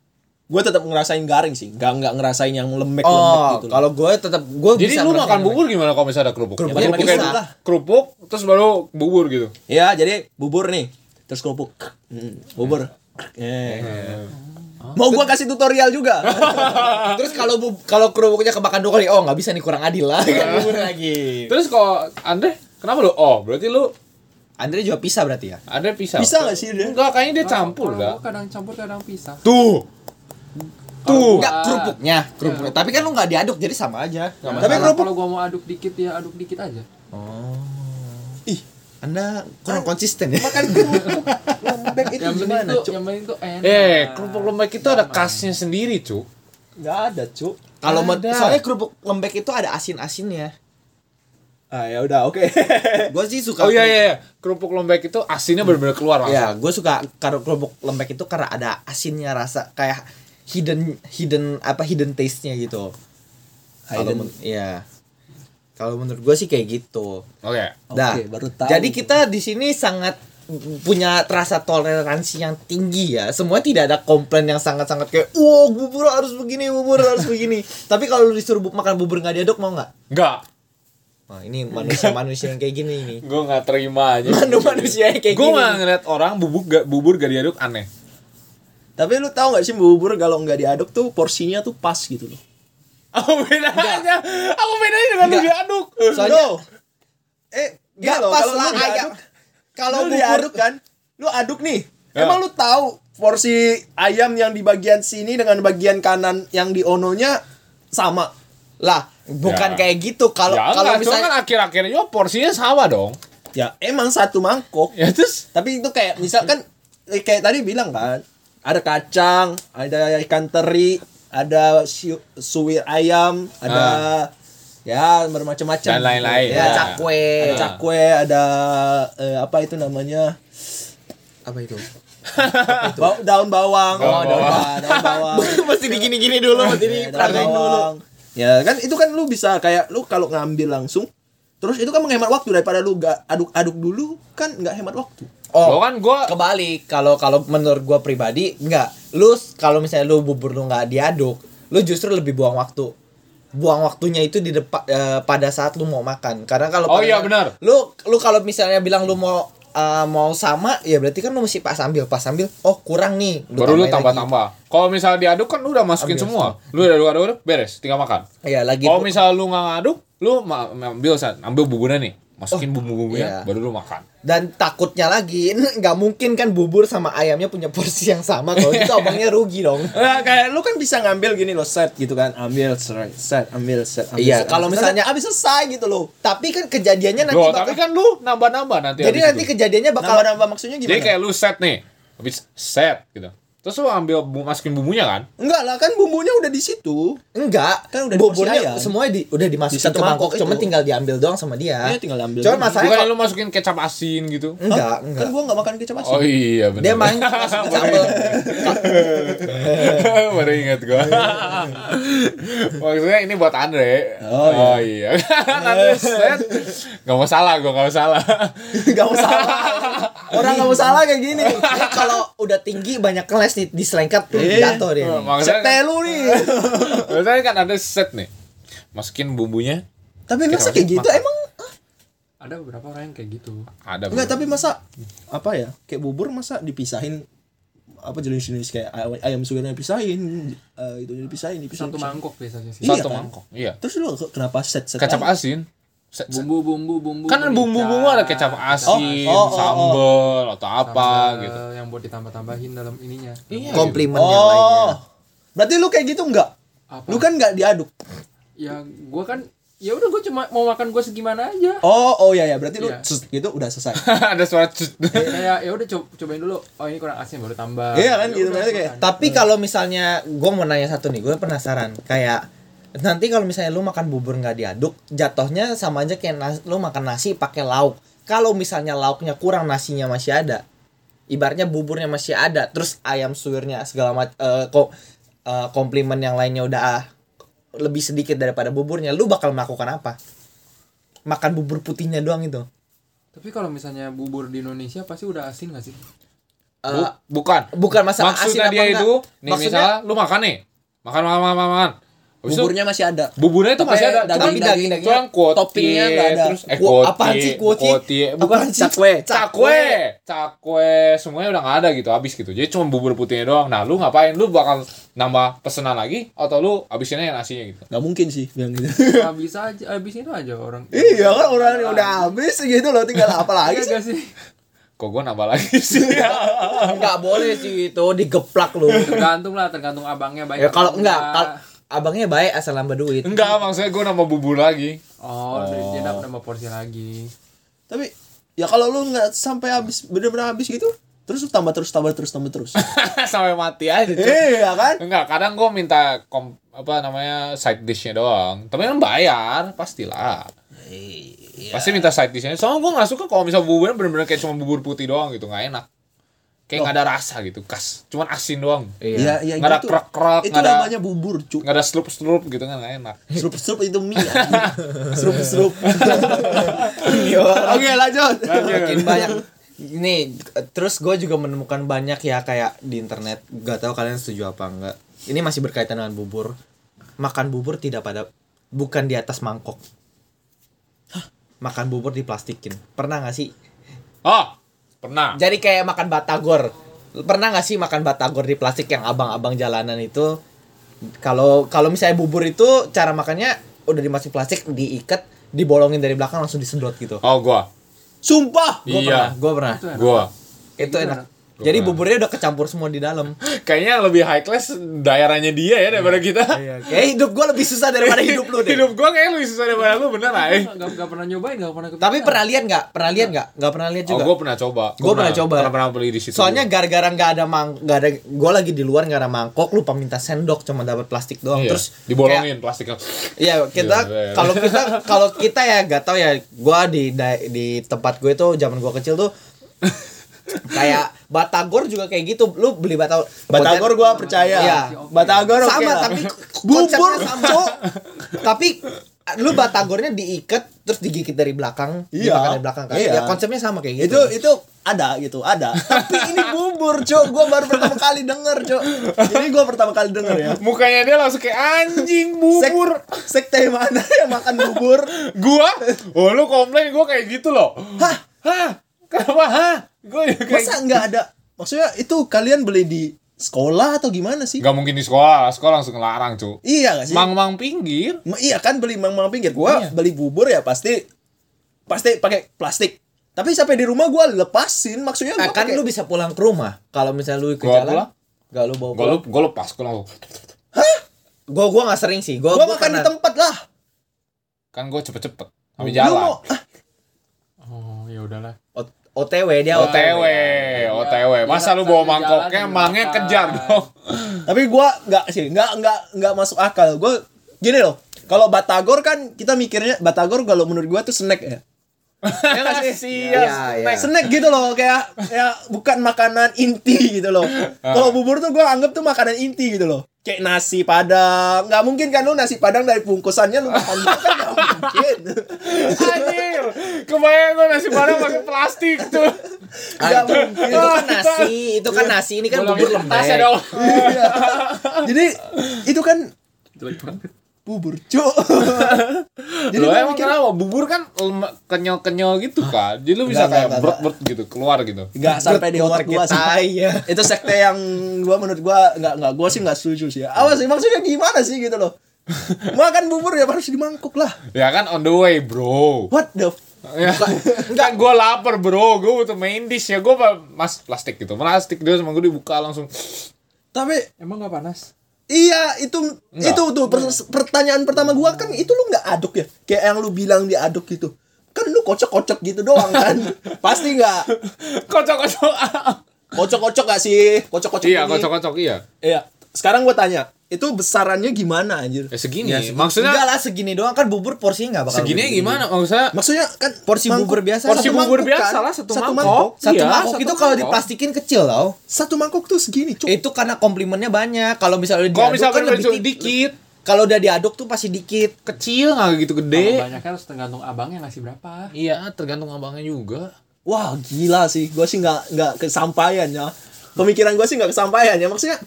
S2: gua tetap ngerasain garing sih. Enggak enggak ngerasain yang lembek-lembek
S1: Oh,
S2: gitu. loh.
S1: kalau gue tetap gue
S3: Jadi lu makan bubur gimana kalau misalnya ada kerupuk?
S1: Kerupuk
S3: Ya,
S2: pakai
S3: kayak
S2: pisang.
S3: gitu. kerupuk terus baru bubur gitu.
S2: Ya, jadi bubur nih, terus kerupuk. Hmm, bubur. Eh. Mau gua kasih tutorial juga.
S1: Terus kalau bu- kalau kerupuknya kemakan dua kali, oh nggak bisa nih kurang adil lah. Kan bubur lagi.
S3: Terus kalau Andre kenapa lu? Oh, berarti lu
S1: Andre juga pisah berarti ya?
S3: Andre pisah.
S2: Bisa gak sih dia?
S3: Enggak, kayaknya dia campur
S4: Kalau
S3: dah.
S4: gua kadang campur kadang pisah
S3: Tuh. Tuh.
S1: Enggak kerupuknya, kerupuknya. Tapi kan lu nggak diaduk jadi sama aja. Nggak
S2: Tapi
S4: tapi
S1: masalah.
S2: kerupuk-
S4: kalau gua mau aduk dikit ya aduk dikit aja
S2: Ih,
S1: Anda kurang konsisten ya.
S2: makan kerupuk lembek itu
S4: yang penting
S2: gimana,
S4: tuh
S2: Cuk?
S4: yang penting tuh enak
S3: Eh, kerupuk lembek itu ada khasnya sendiri, Cuk.
S2: Enggak ada, Cuk.
S1: Kalau men-
S3: Ada.
S1: soalnya kerupuk lembek itu ada asin-asinnya.
S2: Ah, ya udah, oke.
S1: Gue sih suka
S3: Oh iya iya, iya. kerupuk lembek itu asinnya benar-benar keluar langsung.
S1: Ya, gue suka kar- kerupuk lembek itu karena ada asinnya rasa kayak hidden hidden apa hidden taste-nya gitu. Kalau
S2: Hidden.
S1: men- iya. Kalau menurut gue sih kayak gitu.
S3: Oke.
S2: Oke,
S1: Dah.
S2: baru tahu.
S1: Jadi kita di sini sangat punya rasa toleransi yang tinggi ya. Semua tidak ada komplain yang sangat-sangat kayak, wow bubur harus begini, bubur harus begini." Tapi kalau lu disuruh bu- makan bubur nggak diaduk mau nggak?
S3: Enggak.
S1: Wah, ini manusia-manusia yang kayak gini ini.
S3: Gue nggak terima aja.
S1: Manusia yang kayak
S3: Gue
S1: gini.
S3: nggak ngeliat orang bubur gak, bubur gak diaduk aneh.
S2: Tapi lu tahu nggak sih bubur kalau nggak diaduk tuh porsinya tuh pas gitu loh.
S3: Apa bedanya? Apa bedanya dengan Ya lu
S1: Enggak.
S3: diaduk?
S1: Soalnya
S2: Eh, gini
S1: nggak
S2: loh,
S1: pas lah
S2: kalau lu diaduk-
S1: ayam. Kalau
S2: lu
S1: bubur
S2: diaduk kan lu aduk nih
S3: Ya.
S2: emang lu tahu porsi ayam yang di bagian sini dengan bagian kanan yang di ononya sama
S1: lah bukan
S3: Ya.
S1: kayak gitu kalau
S3: ya
S1: kalau
S3: enggak, cuma kan
S1: misalnya
S3: akhir-akhirnya juga porsinya sama dong.
S2: ya emang satu mangkok
S3: Ya terus
S2: tapi itu kayak misalkan eh, kayak tadi bilang kan ada kacang ada ikan teri ada siu- suwir ayam ada ya bermacam-macam
S3: Dan lain-lain.
S1: ya,
S2: ya,
S3: Ya.
S1: cakwe
S2: ada cakwe ada eh, apa itu namanya
S1: apa itu
S2: Ba- daun
S3: Daun bawang.
S2: bawang Ya, daun bawang
S1: Oh, mesti digini-gini dulu mesti
S2: Ya, daun bawang. Ya kan itu kan lu bisa kayak lu kalau ngambil langsung terus itu kan menghemat waktu daripada lu gak aduk-aduk dulu kan nggak hemat waktu.
S1: Oh.
S3: Gua kan gua
S1: kebalik kalau kalau menurut gua pribadi enggak lu s- kalau misalnya lu bubur lu nggak diaduk lu justru lebih buang waktu buang waktunya itu di depan pada saat lu mau makan karena kalau
S3: Oh
S1: pada-
S3: iya, benar.
S1: lu lu kalau misalnya bilang lu mau eh, mau sama ya berarti kan lu mesti pas ambil pas ambil oh kurang nih
S3: baru
S1: tambahin
S3: lu
S1: lagi.
S3: tambah-tambah. Kalau misalnya diaduk kan lu udah masukin
S1: Ambil
S3: semua. Lu udah aduk-aduk aduk, beres, tinggal makan.
S1: iya lagi
S3: Kalau misalnya lu nggak ngaduk, lu ma- ambil san, ambil bumbunya nih, masukin
S1: iya.
S3: bumbu-bumbunya, baru lu makan.
S1: dan takutnya lagi nggak mungkin kan bubur sama ayamnya punya porsi yang sama kalau gitu abangnya rugi dong
S2: Nah, kayak lu kan bisa ngambil gini loh set gitu kan ambil set set ambil set ambil
S1: Iya,
S2: set.
S1: kalau misalnya-
S2: abis selesai gitu loh.
S1: tapi kan kejadiannya nanti
S3: Loh,
S1: bakal-
S3: tapi kan lu nambah-nambah nanti.
S1: jadi
S3: habis
S1: nanti
S3: itu.
S1: kejadiannya bakal
S2: Nambah nambah maksudnya
S3: Jadi
S2: gimana?
S3: kayak lu set nih, habis set gitu. Terus lu ambil bu- masukin bumbunya kan?
S2: Enggak lah kan bumbunya udah di situ.
S1: enggak
S2: Kan udah diporsi
S1: buburnya
S2: ayam.
S1: semuanya di, udah
S2: Di
S1: dimasukin
S2: satu
S1: ke mangkok
S2: mangkok
S1: cuma
S2: itu.
S1: tinggal diambil doang sama dia
S2: Iya, tinggal ambil
S1: cuma
S2: doang.
S1: masalnya
S3: Bukan
S1: kalau-
S3: lu masukin kecap asin gitu.
S1: enggak enggak
S2: Kan gua nggak makan kecap asin.
S3: Oh iya benar.
S1: dia main masukin sambel
S3: Baru ingat gua. Maksudnya ini buat Andre. Oh iya. Andre set. Gak mau salah gua, gak mau salah.
S2: Nggak mau salah. Orang nggak mau salah kayak gini.
S1: Dia kalau udah tinggi banyak kelas di, di selengkap tuh
S2: Iya.
S1: jatuh dia
S2: Oh.
S1: nih.
S3: Maksudnya
S2: Set
S3: kan,
S2: lu nih.
S3: maksudnya kan Andre set nih. Masukin bumbunya.
S2: Tapi masa kayak gitu emang
S4: Ada beberapa orang yang kayak gitu.
S3: Ada.
S2: Enggak,
S3: bumbu.
S2: tapi masa apa ya? Kayak bubur masa dipisahin apa jenis-jenis kayak ay- ayam suwirnya dipisahin, eh, itu dipisahin, dipisahin. dipisahin.
S4: Satu mangkok biasanya sih.
S2: Iya,
S3: satu
S2: kan?
S3: mangkok. Iya.
S2: Terus lu ke- kenapa set set?
S3: Kecap
S2: aja?
S3: asin. Set, set.
S4: Bumbu-bumbu bumbu.
S3: Kan
S4: merica,
S3: bumbu-bumbu ada kecap asin,
S2: Oh, oh, oh, oh.
S3: sambel atau apa
S4: sambal
S3: gitu.
S4: eh, Yang buat ditambah-tambahin dalam ininya.
S3: Iya.
S1: komplimen yang lainnya
S2: Oh. Berarti lu kayak gitu enggak?
S4: Apa?
S2: Lu kan enggak diaduk.
S4: Ya gua kan ya udah gua cuma mau makan gua segimana aja.
S2: Oh, oh ya ya, berarti lu
S4: Iya.
S2: sus, gitu udah selesai.
S3: Ada suara cut.
S2: Eh,
S4: kayak ya udah co- cobain dulu oh ini kurang asin baru tambah
S2: Iya kan,
S4: Ya
S2: gitu,
S4: udah,
S2: berarti kayak-
S4: makan.
S1: Tapi kalau misalnya gue mau nanya satu nih, gue penasaran. Kayak nanti kalau misalnya lu makan bubur nggak diaduk, jatuhnya sama aja kayak nas- lu makan nasi pakai lauk. Kalau misalnya lauknya kurang, nasinya masih ada. Ibaratnya buburnya masih ada, terus ayam suwirnya segala macam kok eh, komplimen yang lainnya udah ah, lebih sedikit daripada buburnya, lu bakal melakukan apa? Makan bubur putihnya doang itu.
S4: tapi kalau misalnya bubur di Indonesia pasti udah asin gak sih
S1: Eh,
S3: Bu- bukan.
S1: bukan masalah
S3: Maksudnya
S1: asin
S3: dia
S1: apa enggak.
S3: itu, nih
S1: Maksudnya-
S3: misalnya lu makan nih. Makan makan makan makan. makan. Habis itu,
S2: Buburnya masih ada.
S3: buburnya itu
S2: Tapi
S3: masih ada.
S2: daging-
S3: Cuman-
S2: daging-dagingnya-
S3: cuman kuotie,
S2: toppingnya nggak ada.
S3: Terus eh
S1: Ku-
S3: kuotie,
S1: apaan sih kuotie?
S3: kuotie. Bukan
S1: Apaan sih?
S2: cakwe.
S3: cakwe, cakwe, semuanya udah nggak ada gitu, habis gitu. Jadi cuma bubur putihnya doang. Nah, lu ngapain? Lu bakal nambah pesenan lagi atau lu habisinnya yang nasinya gitu?
S2: Enggak mungkin sih bilang gitu.
S4: habis aja habis itu aja orang
S2: iya kan orang yang
S4: Ah.
S2: udah habis gitu loh tinggal apa lagi
S4: Iya
S2: sih?
S4: gak sih
S3: Kok gua nambah lagi sih?
S1: nggak boleh sih itu digeplak lu.
S4: tergantung lah tergantung abangnya
S1: Ya
S4: baik
S1: kalau
S4: atau
S1: enggak, kalau abangnya baik asal nambah duit.
S3: Enggak, maksudnya gua nambah bubur lagi.
S4: oh, dari dia dapat nambah porsi lagi
S2: Tapi ya kalau lu nggak sampai habis bener-bener habis gitu, terus lu tambah terus tambah terus tambah terus.
S3: Sampai mati aja. cuy.
S2: iya kan?
S3: Enggak, kadang gua minta kom, apa namanya side dishnya doang. Tapi kan bayar, pastilah. Pasti minta side dishnya. Soalnya gua nggak suka kalau misal buburnya bener-bener kayak cuma bubur putih doang gitu, nggak enak. kayak nggak ada rasa gitu khas cuman asin doang
S2: Iya, iya
S3: Nggak ada
S2: gitu.
S3: krek-krek,
S2: Itu
S3: nggak ada-
S2: namanya bubur, cu.
S3: nggak ada slup slup gitu kan nggak enak
S2: Serup-serup itu mie. anjing. Serup-serup. Oke, lanjut.
S1: makin banyak nih eh, terus gue juga menemukan banyak ya kayak di internet gak tahu kalian setuju apa enggak ini masih berkaitan dengan bubur makan bubur tidak pada bukan di atas mangkok makan bubur diplastikin pernah gak sih
S3: oh pernah
S1: jadi kayak makan batagor pernah gak sih makan batagor di plastik yang abang-abang jalanan itu kalau kalau misalnya bubur itu cara makannya udah dimasukin plastik diikat dibolongin dari belakang langsung disedot gitu
S3: oh gua
S2: Sumpah.
S1: gue pernah
S3: iya
S1: gue pernah
S3: gua
S1: itu enak jadi buburnya udah kecampur semua di dalam
S3: kayaknya lebih high class daerahnya dia ya daripada
S2: Iya.
S3: kita
S1: kayak hidup gue lebih susah daripada hidup lu deh
S3: hidup gua kayak lebih susah daripada lu bener lah eh.
S4: Gak, gak pernah nyobain, gak pernah kepikiran.
S1: tapi pernah lihat nggak pernah lihat nggak nggak pernah lihat
S3: oh
S1: juga
S3: gua pernah coba
S1: Gua pernah coba.
S3: pernah pernah beli di situ
S1: soalnya gara-gara nggak ada mang nggak ada gue lagi di luar nggak ada mangkok lupa minta sendok cuma dapat plastik doang
S3: Iya,
S1: terus
S3: dibolongin plastiknya
S1: Iya kita
S3: Gila,
S1: kalau kita kalau kita ya gak tau ya gua di da- di tempat gue tuh zaman gua kecil tuh kayak batagor juga kayak gitu lu beli batagor
S2: Batagor gua percaya.
S1: Iya.
S2: Batagor oke
S1: sama
S2: lah.
S1: tapi
S2: bubur
S1: bubur sama Cok. tapi lu batagornya diikat terus digigit dari belakang
S2: Iya.
S1: dimakan dari belakang kan
S2: Iya.
S1: ya konsepnya sama kayak
S2: itu
S1: gitu
S2: itu ada gitu ada tapi ini bubur cok gue baru pertama kali denger cok ini gue pertama kali denger ya
S3: mukanya dia langsung kayak anjing
S2: Sek,
S3: bubur
S2: sekte mana yang makan bubur
S3: gua oh lu komplain gua kayak gitu loh
S2: hah
S3: hah kenapa hah gua juga kayak
S2: masa nggak ada maksudnya itu kalian beli di sekolah atau gimana sih
S3: nggak mungkin di sekolah sekolah langsung larang cu
S2: iya gak sih
S3: mang-mang pinggir
S2: Ma- iya kan beli mang mang pinggir gue beli bubur ya pasti pasti pakai plastik tapi sampai di rumah gue lepasin maksudnya
S1: Nah,
S2: gua
S1: kan
S2: pakai-
S1: lu bisa pulang ke rumah kalau misalnya lu ke
S3: Gua
S1: jalan
S3: pulang?
S1: gak lu bawa
S3: gua
S1: pulang
S3: lu gua lepas gua langsung
S1: gua gua nggak sering sih gua
S2: gua makan di
S1: pernah-
S2: tempat lah
S3: kan gua cepet-cepet habis
S2: lu mau
S3: jalan
S2: ah,
S4: Oh, ya udahlah.
S1: O- OTW dia
S3: OTW, OTW. Masa lu bawa mangkoknya, mangnya kejar dong.
S2: tapi gua nggak sih nggak nggak nggak masuk akal gua gini loh kalau batagor kan kita mikirnya batagor kalau menurut gua tuh snack ya
S3: Ya nggak sih?
S1: Iya,
S3: Iya,
S1: iya.
S2: snack gitu loh kayak ya bukan makanan inti gitu loh
S3: Ah.
S2: kalau bubur tuh gua anggap tuh makanan inti gitu loh kayak nasi padang nggak mungkin kan lu nasi padang dari bungkusannya lu makan gitu kan nggak mungkin
S3: Anjir, kebayang gua nasi padang pakai plastik tuh.
S2: nggak
S1: Ah, itu,
S2: mungkin
S1: itu kan nasi, itu kan nasi ini kan bubur
S3: Bolongin
S1: lembek.
S3: kertasnya ya dong.
S2: Iya. jadi itu kan
S4: Jelek banget.
S2: bubur cuk jadi gitu.
S3: Lo
S2: gua
S3: emang
S2: mikir
S3: kenapa? Bubur kan lem- kenyal-kenyal gitu kan. Jadi lu bisa
S2: Nggak, nggak,
S3: kayak
S2: nggak,
S3: bert-bert gitu, keluar gitu.
S2: nggak sampai di otak gua sih
S1: Iya.
S2: itu sekte yang gua menurut gua nggak nggak gua sih nggak setuju sih awas sih maksudnya gimana sih gitu loh makan bubur ya harus di mangkok lah
S3: Ya kan on the way, bro.
S2: what the f-
S3: Ya, kan gue lapar bro, gue butuh main dish ya gue mas plastik gitu, plastik dia sama gue dibuka langsung.
S2: tapi
S4: Emang gak panas?
S2: iya itu itu tuh pers- pertanyaan pertama gua kan itu lu nggak aduk ya kayak yang lu bilang diaduk gitu kan lu kocok-kocok gitu doang kan pasti nggak
S3: Kocok-kocok.
S2: kocok-kocok gak sih kocok-kocok
S3: iya,
S2: ini.
S3: kocok-kocok iya.
S2: iya sekarang gua tanya itu besarannya gimana anjir
S3: Ya segini, maksudnya
S1: Enggak lah segini doang kan bubur porsinya enggak bakal.
S3: Segini
S1: gede.
S3: gimana? Maksudnya
S2: maksudnya kan
S1: Porsi bubur biasa.
S2: satu
S3: porsi bubur
S2: mangkok
S3: biasa
S2: kan?
S3: lah satu,
S2: satu
S3: mangkok.
S2: mangkok
S1: Satu
S3: Iya,
S1: mangkok
S3: satu
S1: itu kalau
S3: mangkok.
S1: diplastikin kecil loh.
S2: satu mangkok tuh segini cuy
S1: Itu karena komplimennya banyak. Kalau misalnya
S3: Kalau
S1: diaduk
S3: misalkan
S1: kan lebih
S3: cuma
S1: tip-
S3: dikit,
S1: Kalau udah diaduk tuh pasti dikit.
S3: kecil nggak gitu gede.
S4: Kalau banyaknya harus tergantung abangnya ngasih berapa.
S3: Iya, tergantung abangnya juga.
S2: Wah gila sih, gue sih nggak nggak kesampaian ya. Pemikiran gue sih nggak kesampaian ya. Maksudnya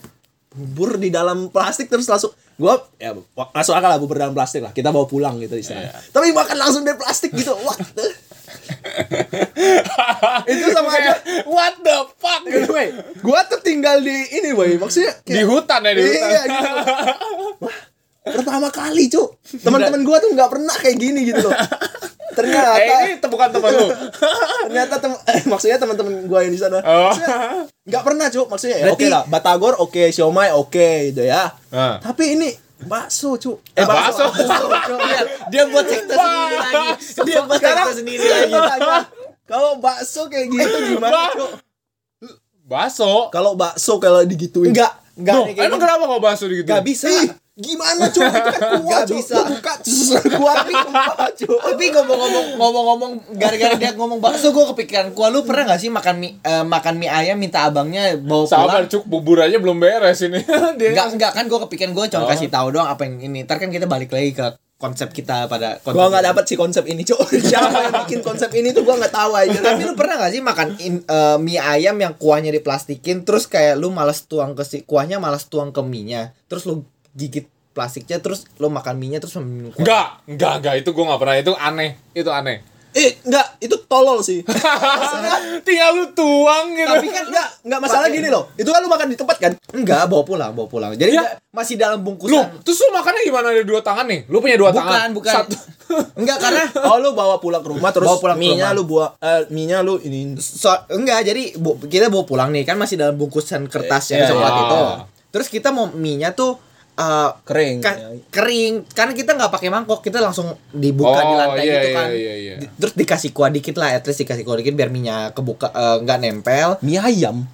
S2: bubur di dalam plastik terus langsung gue ya wa- masuk akal lah bubur dalam plastik lah. Kita bawa pulang gitu istilahnya.
S3: Iya.
S2: Tapi makan langsung dari plastik gitu. Wah. the- itu sama aja.
S3: What the fuck? Eh,
S2: Gitu, wey. Gue tuh tinggal di ini wey. Maksudnya
S3: Di
S2: kayak-
S3: hutan ya di hutan.
S2: Iya, gitu. Wah, pertama kali cu teman-teman gue tuh nggak pernah kayak gini gitu loh ternyata
S3: Eh ini te- bukan teman lu.
S2: ternyata tem eh, maksudnya teman-teman gue yang di sana
S3: Oh.
S2: maksudnya nggak pernah cuk maksudnya ya oke
S1: Berarti-
S2: lah batagor oke siomay oke gitu ya
S3: Ah.
S2: tapi ini bakso cuk
S3: Ah, bakso.
S2: Cuk.
S1: Dia buat sekte sendiri lagi. Dia buat sekte sendiri
S2: Iya,
S1: lagi.
S2: gitu aja. kalau bakso kayak gitu gimana cuk
S3: Baso.
S2: kalau bakso kalau digituin
S1: Enggak, enggak
S3: Loh,
S1: nih, kayak
S3: emang
S1: gini.
S3: kenapa kok baso gitu?
S1: Nggak bisa.
S2: Ih, Gimana cuy? Itu kan kuah
S1: Nggak
S2: cuy.
S1: bisa.
S2: Lu Buka cuy. kuah kuah cuy.
S1: tapi ngomong-ngomong ngomong-ngomong gara-gara dia ngomong bakso gue kepikiran kuah lu pernah nggak sih makan mie eh, makan mie ayam minta abangnya bawa pulang
S3: Sabar cuk bubur aja belum beres ini. Dia
S1: Enggak, enggak kan gue kepikiran gue cuma
S3: Oh.
S1: kasih tahu doang apa yang ini. Ntar kan kita balik lagi ke konsep kita pada konsep.
S2: Gua nggak dapat sih konsep ini cuy. Siapa yang bikin konsep ini tuh gua nggak tahu aja.
S1: Tapi lu pernah gak sih makan in- eh, mie ayam yang kuahnya diplastikin terus kayak lu malas tuang ke si kuahnya malas tuang ke mie-nya. Terus lu gigit plastiknya terus lu makan mie-nya terus minum kuah.
S3: Enggak, enggak, enggak itu gue nggak pernah itu aneh, itu aneh.
S2: Eh, enggak, itu tolol sih.
S3: Tinggal lu tuang gitu.
S1: Tapi kan
S2: Enggak, enggak masalah gini loh. Itu kan lu makan di tempat kan?
S1: enggak bawa pulang, bawa pulang. Jadi
S3: Ya.
S1: enggak- masih dalam
S3: lu
S1: bungkusan.
S3: terus lu makannya gimana ada dua tangan nih? Lu punya dua
S1: bukan,
S3: tangan.
S1: bukan.
S3: Satu.
S1: enggak karena
S2: Oh, lu bawa pulang ke rumah terus
S1: Bawa pulang ke
S2: mie-nya
S1: rumah.
S2: lu buat eh, mie-nya lu ini
S1: so, enggak jadi bu- kita bawa pulang nih kan masih dalam bungkusan kertas yang
S2: Iya,
S1: coklat
S3: iya.
S1: itu terus kita mau mie-nya tuh eh,
S2: kering.
S1: ka-
S3: Iya,
S1: kering karena kita nggak pakai mangkok kita langsung dibuka di
S3: Oh,
S1: lantai
S3: iya,
S1: gitu kan
S3: iya, iya, iya.
S1: Di- terus dikasih kuah dikit lah at least dikasih kuah dikit biar minyak kebuka eh, nggak nempel
S2: Mie ayam.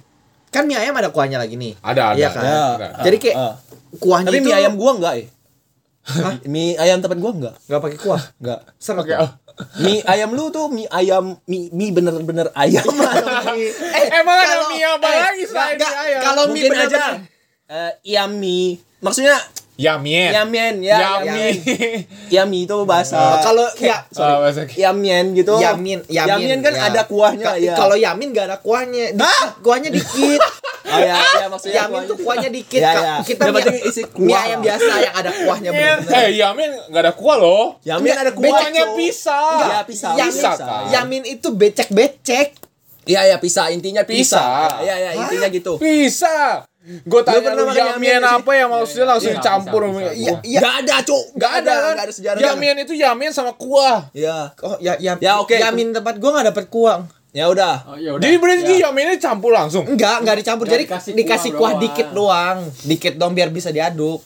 S1: kan mie ayam ada kuahnya lagi nih
S3: Ada, ada.
S1: Iya kan?
S3: ada,
S2: Ya.
S3: ada.
S1: jadi kayak
S2: Ah.
S1: kuahnya
S2: Tapi
S1: itu
S2: mie ayam gua enggak, eh. Mie ayam tempat gua enggak.
S1: nggak pakai kuah
S2: Enggak.
S1: serem
S3: oh.
S2: Mie ayam lu tuh mie ayam mie, mie bener-bener ayam.
S1: eh,
S3: Emang ada
S1: kalau-
S3: mie apa
S1: eh,
S3: lagi selain
S1: nggak-
S3: mie ayam?
S1: kalau mie
S2: Mungkin aja
S1: bener-bener
S2: eh yummy. Maksudnya
S3: Yamien.
S2: yamien ya.
S3: Yami.
S2: Yummy. Yummy itu bahasa.
S1: Eh, kalau ya
S3: Ah, bahasa-
S2: yamien gitu.
S1: Yamin, yamin,
S2: Yamien kan
S1: ya.
S2: ada kuahnya
S1: Ka-
S3: Iya,
S2: ya.
S1: Kalau yamin gak ada kuahnya. Dikit, kuahnya dikit.
S2: oh, ya, ya, maksudnya
S1: yamin tuh kuahnya dikit.
S3: Iya,
S2: Ya,
S1: Ka-
S2: ya.
S1: Kita
S2: Yang
S1: mie,
S2: penting isi kuah.
S1: mie ayam biasa yang ada kuahnya bener-bener.
S3: Eh, Yamin enggak ada kuah loh.
S2: Yamien ada kuah.
S3: Kuahnya
S2: cu.
S3: pisah.
S2: Iya, pisah.
S1: Yamin,
S3: Bisa, kan?
S1: yamin itu becek-becek.
S2: Iya, ya, pisah. Intinya pisah.
S3: Pisah.
S2: Iya, ya, intinya gitu.
S3: Bisa. Gue tanya
S1: pernah
S3: lu
S1: makan yamien
S3: Yamien
S1: gak sih?
S3: apa ya maksudnya langsung
S4: iya,
S3: dicampur.
S4: bisa, bisa.
S1: Iya,
S3: Iya.
S1: iya.
S2: Gak ada, ya. Cuk.
S3: Enggak ada kan?
S2: Gak ada sejarahnya.
S3: Yamien itu Yamien sama kuah.
S2: Iya.
S1: Oh, ya, ya,
S2: Ya, oke.
S1: Yamin tempat gua gak dapet kuah.
S2: Ya udah.
S4: Oh, ya udah.
S3: Jadi berarti
S4: Ya.
S3: Yaminnya campur langsung.
S1: Enggak, enggak dicampur.
S4: Nggak
S1: Jadi
S4: dikasih
S1: dikasih,
S4: kuah
S1: kuah,
S4: doang.
S1: dikit doang. Dikit dong biar bisa diaduk.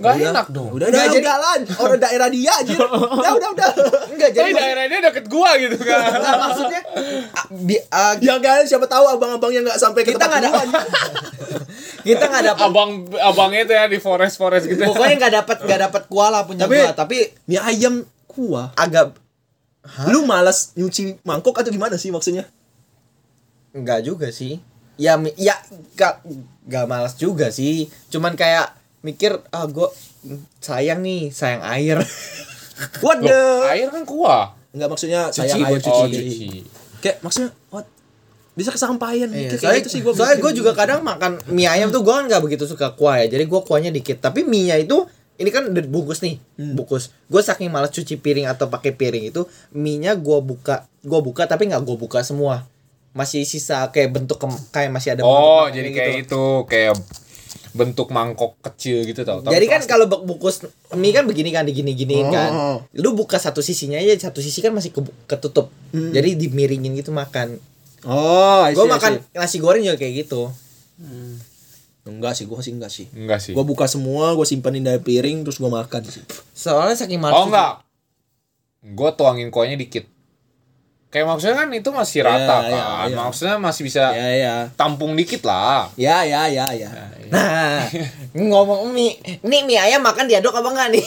S3: Enggak
S2: Iya.
S3: enak dong.
S2: Udah, udah,
S1: jadi-
S2: udah, lan. Orang daerah dia aja.
S1: Ya,
S2: Udah, udah, udah.
S1: Enggak, jadi
S3: Tapi daerah dia deket gua gitu kan.
S1: Nah, maksudnya ah, bi- ah,
S2: Ya kan, siapa tahu abang-abang yang nggak sampai ke
S1: kita nggak
S2: tempat
S1: ada
S2: gua.
S1: kita nggak dapat
S3: abang abangnya tuh ya di forest forest gitu
S1: pokoknya nggak dapat nggak dapat kuah lah punya
S2: Tapi-
S1: gua tapi
S2: Mie ayam kuah.
S1: agak
S2: Lu malas nyuci mangkok atau gimana sih maksudnya?
S1: nggak juga sih ya mi- ya nggak nggak malas juga sih cuman kayak mikir ah gua sayang nih sayang air
S2: What
S3: Loh,
S2: the?
S3: air kan kuah
S2: Enggak maksudnya
S1: Cuci,
S2: sayang
S1: gua
S2: air
S1: cuci.
S3: oh
S2: cuci.
S3: cuci
S2: Kayak maksudnya what? Bisa kesampaian mikir
S1: Iya, soalnya,
S2: kayak gitu sih gua.
S1: soalnya
S2: mikir.
S1: gua juga kadang makan mie ayam tuh gua kan nggak begitu suka kuah ya jadi gua kuahnya dikit tapi mie nya itu ini kan udah bungkus nih
S2: Hmm.
S1: bungkus gue saking malas cuci piring atau pakai piring itu mie nya gue buka gue buka tapi nggak gue buka semua masih sisa kayak bentuk kem- kayak masih ada
S3: oh
S1: bentuk
S3: jadi
S1: gitu.
S3: kayak itu kayak bentuk mangkok kecil gitu tau tapi
S1: Jadi kan kalau bek- bungkus mie kan begini kan
S2: Oh.
S1: digini-giniin kan. Lu buka satu sisinya aja, satu sisi kan masih kebu- ketutup.
S2: Hmm.
S1: Jadi dimiringin gitu makan.
S2: Oh, I see,
S1: Gua
S2: I see.
S1: makan nasi goreng juga kayak gitu.
S2: Enggak sih, gua sih enggak sih.
S3: enggak sih
S2: Gua buka semua, gua simpenin dari piring terus gua makan sih.
S1: Soalnya saking malas.
S3: oh enggak gue tuangin kuahnya dikit kayak maksudnya kan itu masih rata
S2: Iya,
S3: kan
S2: iya, iya.
S3: maksudnya masih bisa
S1: Iya.
S2: Ya ya.
S3: tampung dikit lah
S2: Ya ya ya ya.
S1: Nah, ngomong mie, nih mie ayam makan diaduk apa enggak nih?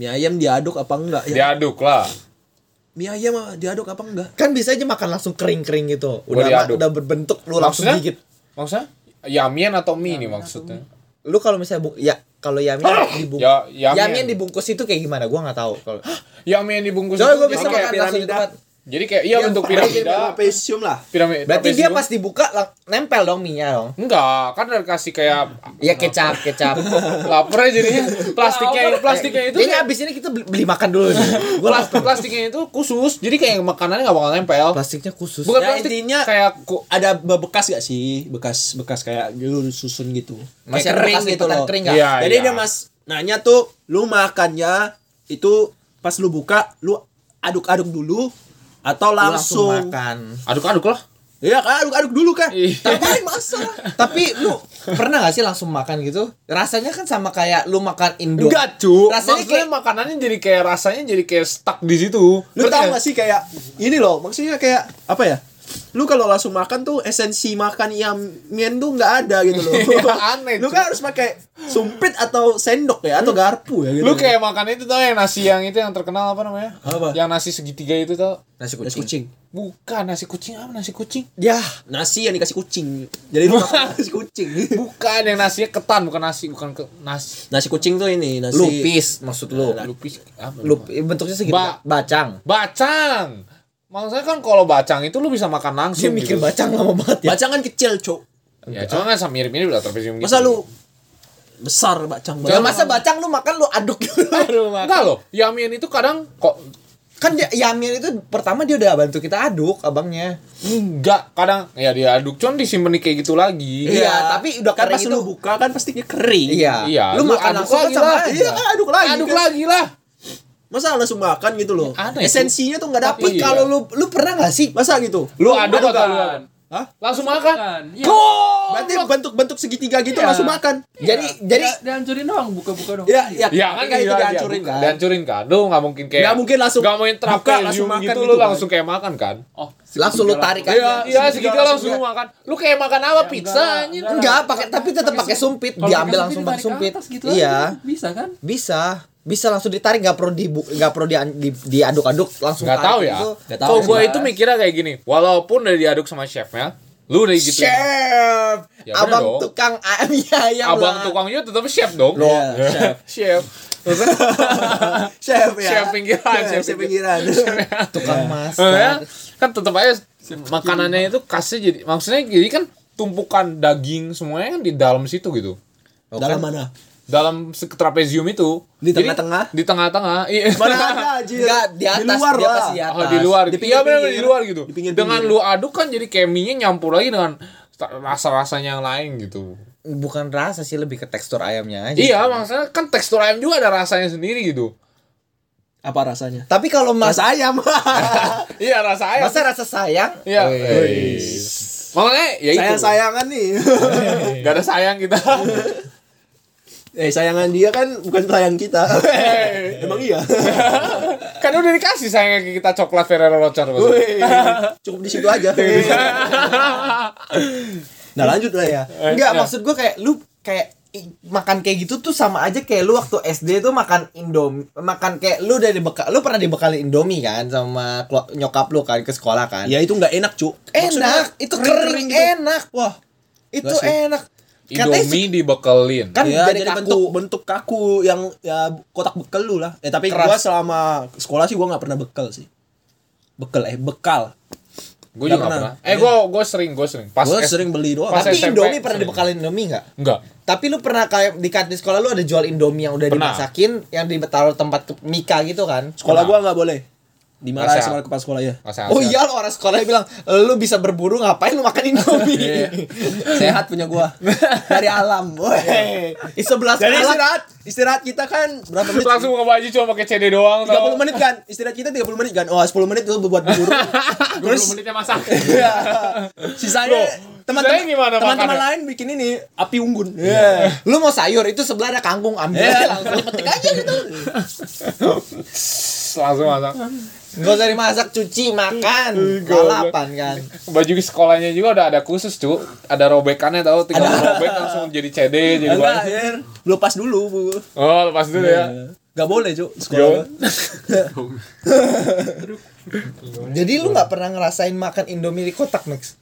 S2: Mie ayam diaduk apa enggak? Ya,
S1: Iya.
S3: diaduk lah
S2: mie ayam ah, diaduk apa enggak?
S1: kan bisa aja makan langsung kering-kering gitu. Udah
S3: Gua
S1: ma-
S3: Oh, diaduk.
S1: udah berbentuk lu langsung
S3: maksudnya
S1: gigit.
S3: maksudnya yamien atau mie nih maksudnya
S1: Lu kalau misalnya bu- ya kalau yamin dibungkus.
S3: Ya, yamin.
S1: dibungkus itu kayak gimana? Gua nggak tahu kalau.
S3: yamien Ya, dibungkus
S1: Soalnya
S3: itu
S1: gua
S3: jadi
S1: bisa
S3: kayak-
S1: makan langsung di
S2: piramida.
S1: tempat.
S3: jadi kayak iya bentuk piramida
S2: Pesium lah.
S3: piramida
S1: Berarti dia pas dibuka lang- nempel dong minyak dong.
S3: enggak kan udah kasih kayak
S1: Ya kecap, kecap.
S3: lapar aja jadinya plastiknya plastiknya itu
S1: Kayaknya abis ini kita beli, beli makan dulu nih. Gua
S3: plas- plastiknya itu khusus jadi kayak makanannya nggak bakal nempel
S1: plastiknya khusus.
S3: bukan
S2: Ya,
S3: plastik
S2: intinya-
S3: kayak ku-
S2: Ada be- bekas gak sih? Bekas bekas kayak gitu susun gitu.
S1: Masih
S2: Kayak
S1: ada bekas
S2: kering gitu
S1: liputan
S2: loh.
S1: kering
S3: nggak? Iya,
S2: Jadi
S3: iya.
S2: dia Mas nanya tuh lu makannya itu pas lu buka lu aduk-aduk dulu atau
S1: Gua
S2: langsung,
S1: makan.
S3: aduk-aduk lah
S2: Iya kan aduk-aduk dulu kan.
S3: Iya.
S2: Tapi masalah.
S1: Tapi lu pernah gak sih langsung makan gitu? Rasanya kan sama kayak lu makan Indo.
S3: enggak cu
S1: Rasanya
S3: rasanya
S1: kayak-
S3: makanannya jadi kayak rasanya jadi kayak stuck di situ
S2: Lu tahu gak sih kayak ini loh maksudnya kayak apa ya? lu kalau langsung makan tuh esensi makan yang mien tuh nggak ada gitu loh.
S3: Iya, aneh,
S2: Lu kan harus pakai sumpit atau sendok ya atau garpu ya gitu.
S3: Lu kayak makan itu tau yang nasi yang itu yang terkenal apa namanya?
S2: Apa?
S3: Yang nasi segitiga itu tau?
S1: Nasi kucing.
S2: Nasi kucing.
S3: Bukan nasi kucing apa nasi kucing?
S2: Ya, nasi yang dikasih kucing. Jadi lu makan nasi kucing.
S3: Bukan yang nasinya ketan bukan nasi bukan ke nasi
S2: Nasi kucing tuh ini nasi
S1: Lupis maksud lu.
S3: lupis
S1: Nah,
S3: apa?
S1: Lup ya, bentuknya segitu.
S3: Ba-
S1: bacang.
S3: Bacang. Maksudnya kan kalau bacang itu lu bisa makan
S1: Dia
S3: langsung.
S1: mikir
S3: gitu.
S1: bacang lama banget ya.
S2: Bacangan kecil, Cok.
S3: Ya cuma kan sama mirip-mirip lah tapi gitu.
S2: Masa lu besar bacang
S1: Ya
S2: banget.
S1: masa bacang lu makan lu aduk gitu.
S3: Enggak loh, yamian itu kadang kok
S1: kan dia Yamin itu pertama dia udah bantu kita aduk abangnya.
S3: enggak kadang ya diaduk cuman disimpan di kayak gitu lagi.
S1: Iya, tapi udah
S2: kan
S1: kering
S2: pas
S1: itu-
S2: lu buka kan pasti dia kering.
S1: Iya.
S3: Iya,
S1: Lu,
S3: lu
S1: makan
S3: aduk
S1: langsung kan
S3: lagi
S1: sama
S3: lah.
S1: aja.
S2: Iya kan aduk lagi.
S3: Aduk
S2: kan.
S3: lagi lah.
S2: Masa langsung makan gitu loh.
S3: Aneh,
S2: Esensinya tuh nggak dapet.
S1: Tapi
S3: Iya.
S1: kalau lu lu pernah gak sih?
S2: Masa gitu?
S3: Lu aduk atau lu
S4: Bukan.
S2: Hah?
S3: langsung makan?
S4: Bukan. Iya.
S2: Berarti bentuk-bentuk segitiga gitu
S4: Iya.
S2: langsung makan.
S1: Jadi jadi
S4: Ya, dihancurin doang, buka-buka dong.
S2: Iya, iya.
S3: Ya kan
S2: Kayak itu
S3: gitu aja,
S2: dihancurin
S3: bukan.
S2: kan.
S3: Dihancurin kan. Lu nggak mungkin kayak
S2: Nggak mungkin langsung
S3: nggak mungkin
S2: buka, langsung
S3: trapesium
S2: makan
S3: gitu
S2: gitu
S3: lu
S2: kan.
S3: langsung kayak makan kan.
S4: Oh,
S1: langsung lu tarik
S3: Iya,
S1: aja.
S3: iya
S4: segitiga
S3: segitiga
S4: langsung Iya,
S3: langsung makan. Lu kayak makan apa pizza
S4: Ya, enggak,
S3: anjing?
S4: enggak.
S1: Enggak, pakai tapi tetap pakai sumpit, diambil langsung pakai
S4: pakai
S1: sumpit.
S4: Gitu
S1: iya.
S4: aja. Bisa kan?
S1: Bisa. Bisa langsung ditarik nggak perlu di nggak perlu di, di, diaduk-aduk langsung
S3: Nggak
S1: tarik
S3: tahu ya.
S1: gitu.
S2: Nggak tahu
S3: Kalau
S2: sih,
S3: gua
S4: Mas.
S3: itu mikirnya kayak gini, walaupun udah diaduk sama chefnya, lu udah gitu.
S1: Chef.
S3: Ya bener
S1: abang
S3: dong.
S1: tukang ayam ya ayam
S3: Abang
S1: lah.
S3: tukangnya tetap chef dong.
S2: Loh,
S3: Iya, chef.
S2: Chef ya.
S3: Chef pinggiran,
S2: Iya,
S3: chef
S2: chef
S3: pinggiran.
S2: pinggiran.
S1: tukang
S3: Eh,
S1: masak.
S3: kan tetap aja makanannya itu kasih jadi maksudnya jadi kan tumpukan daging semuanya kan di dalam situ gitu.
S2: Dalam mana?
S3: Dalam se- trapezium itu.
S2: Di
S3: Jadi,
S2: tengah-tengah?
S3: Di tengah-tengah. Iya.
S2: Mana ada anjir?
S1: Enggak, di atas,
S2: luar
S1: dia
S2: lah.
S1: pasti di atas.
S3: Oh, di luar. Di iya benar
S2: Di
S3: di
S2: pinggir-pinggir.
S3: luar gitu.
S2: Di pinggir-pinggir.
S3: dengan lu aduk kan jadi keminya nyampur lagi dengan sta- rasa-rasanya yang lain gitu.
S1: Bukan rasa sih lebih ke tekstur ayamnya aja.
S3: Iya, maksudnya kan tekstur ayam juga ada rasanya sendiri gitu.
S2: Apa rasanya?
S1: Tapi kalau mas
S2: Rasa ayam.
S3: Iya, rasa ayam.
S1: masa rasa sayang
S3: Iya.
S1: Wih.
S3: Makanya ya itu.
S2: Sayang sayangan nih.
S3: Gak ada sayang kita.
S2: eh sayangan dia kan bukan sayang kita. Emang iya.
S3: kan udah dikasih sayang ke kita coklat Ferrero Rocher. maksudnya.
S2: Wih, Cukup di situ aja. nah lanjut lah ya.
S1: Enggak, maksud gue kayak lu kayak i- makan kayak gitu tuh sama aja kayak lu waktu SD tuh makan Indomie, makan kayak lu udah dibekal, lu pernah dibekali Indomie kan sama kelo- nyokap lu kan ke sekolah kan.
S2: Ya itu nggak enak cuk.
S1: Enak, itu kering,
S2: gitu.
S1: enak. Wah, itu
S2: Enggak sih.
S1: enak. Katanya sih-
S3: Indomie dibekelin.
S1: kan
S2: Ya,
S1: dari
S2: jadi
S1: kaku.
S2: bentuk bentuk kaku yang ya kotak bekel lu lah. Eh tapi
S1: Keras.
S2: gua selama sekolah sih gua nggak pernah bekel sih. Bekel eh bekal.
S3: Gue juga
S2: Nggak
S3: pernah.
S2: pernah.
S3: Eh, gue gue sering, gue sering. Pas
S2: Gua
S3: S-
S2: sering beli doang.
S3: pas
S1: Tapi
S3: SMP,
S1: Indomie pernah
S3: sering.
S1: dibekalin Indomie enggak?
S3: Enggak.
S1: Tapi lu pernah kayak di kantin sekolah lu ada jual Indomie yang udah
S3: Pernah.
S1: dimasakin, yang ditaruh tempat ke- Mika gitu kan?
S2: Sekolah gua nggak boleh. Dimarahin
S3: Masa?
S2: sama kepala sekolah ya.
S3: Rasa
S1: Oh iya, lu orang sekolahnya bilang, "Lu bisa berburu ngapain lu makan Indomie?"
S2: iya, Sehat punya gua. Dari alam. Woi.
S1: Di sebelah
S2: Jadi
S1: sekolah
S2: istirahat, istirahat kita kan berapa menit?
S3: Langsung buka baju cuma pakai CD doang. tau.
S2: 30 menit kan? Istirahat kita 30 menit kan? Oh, 10 menit itu buat buru.
S4: 20
S2: Terus
S3: ya,
S4: menitnya masak.
S2: Iya.
S3: Loh,
S2: Sisanya
S3: saya gimana
S2: teman-teman teman-teman
S3: makannya?
S2: lain bikin ini api unggun. Iya.
S1: lu mau sayur itu sebelah ada kangkung ambil
S2: Iya.
S1: aja langsung lu petik aja gitu
S3: Langsung masak.
S1: nggak usah dimasak cuci makan
S3: Gua-
S1: lalapan kan
S3: Baju sekolahnya juga udah ada khusus, cu. Ada robekannya tau, tinggal robek langsung jadi CD, jadi
S2: Ya Enggak,
S3: baju.
S2: Yer. Lepas dulu, Bu.
S3: Oh, lepas dulu
S1: Iya.
S3: ya.
S2: Gak boleh, Cuk. Sekolah.
S1: jadi lu nggak pernah ngerasain makan indomie di kotak mix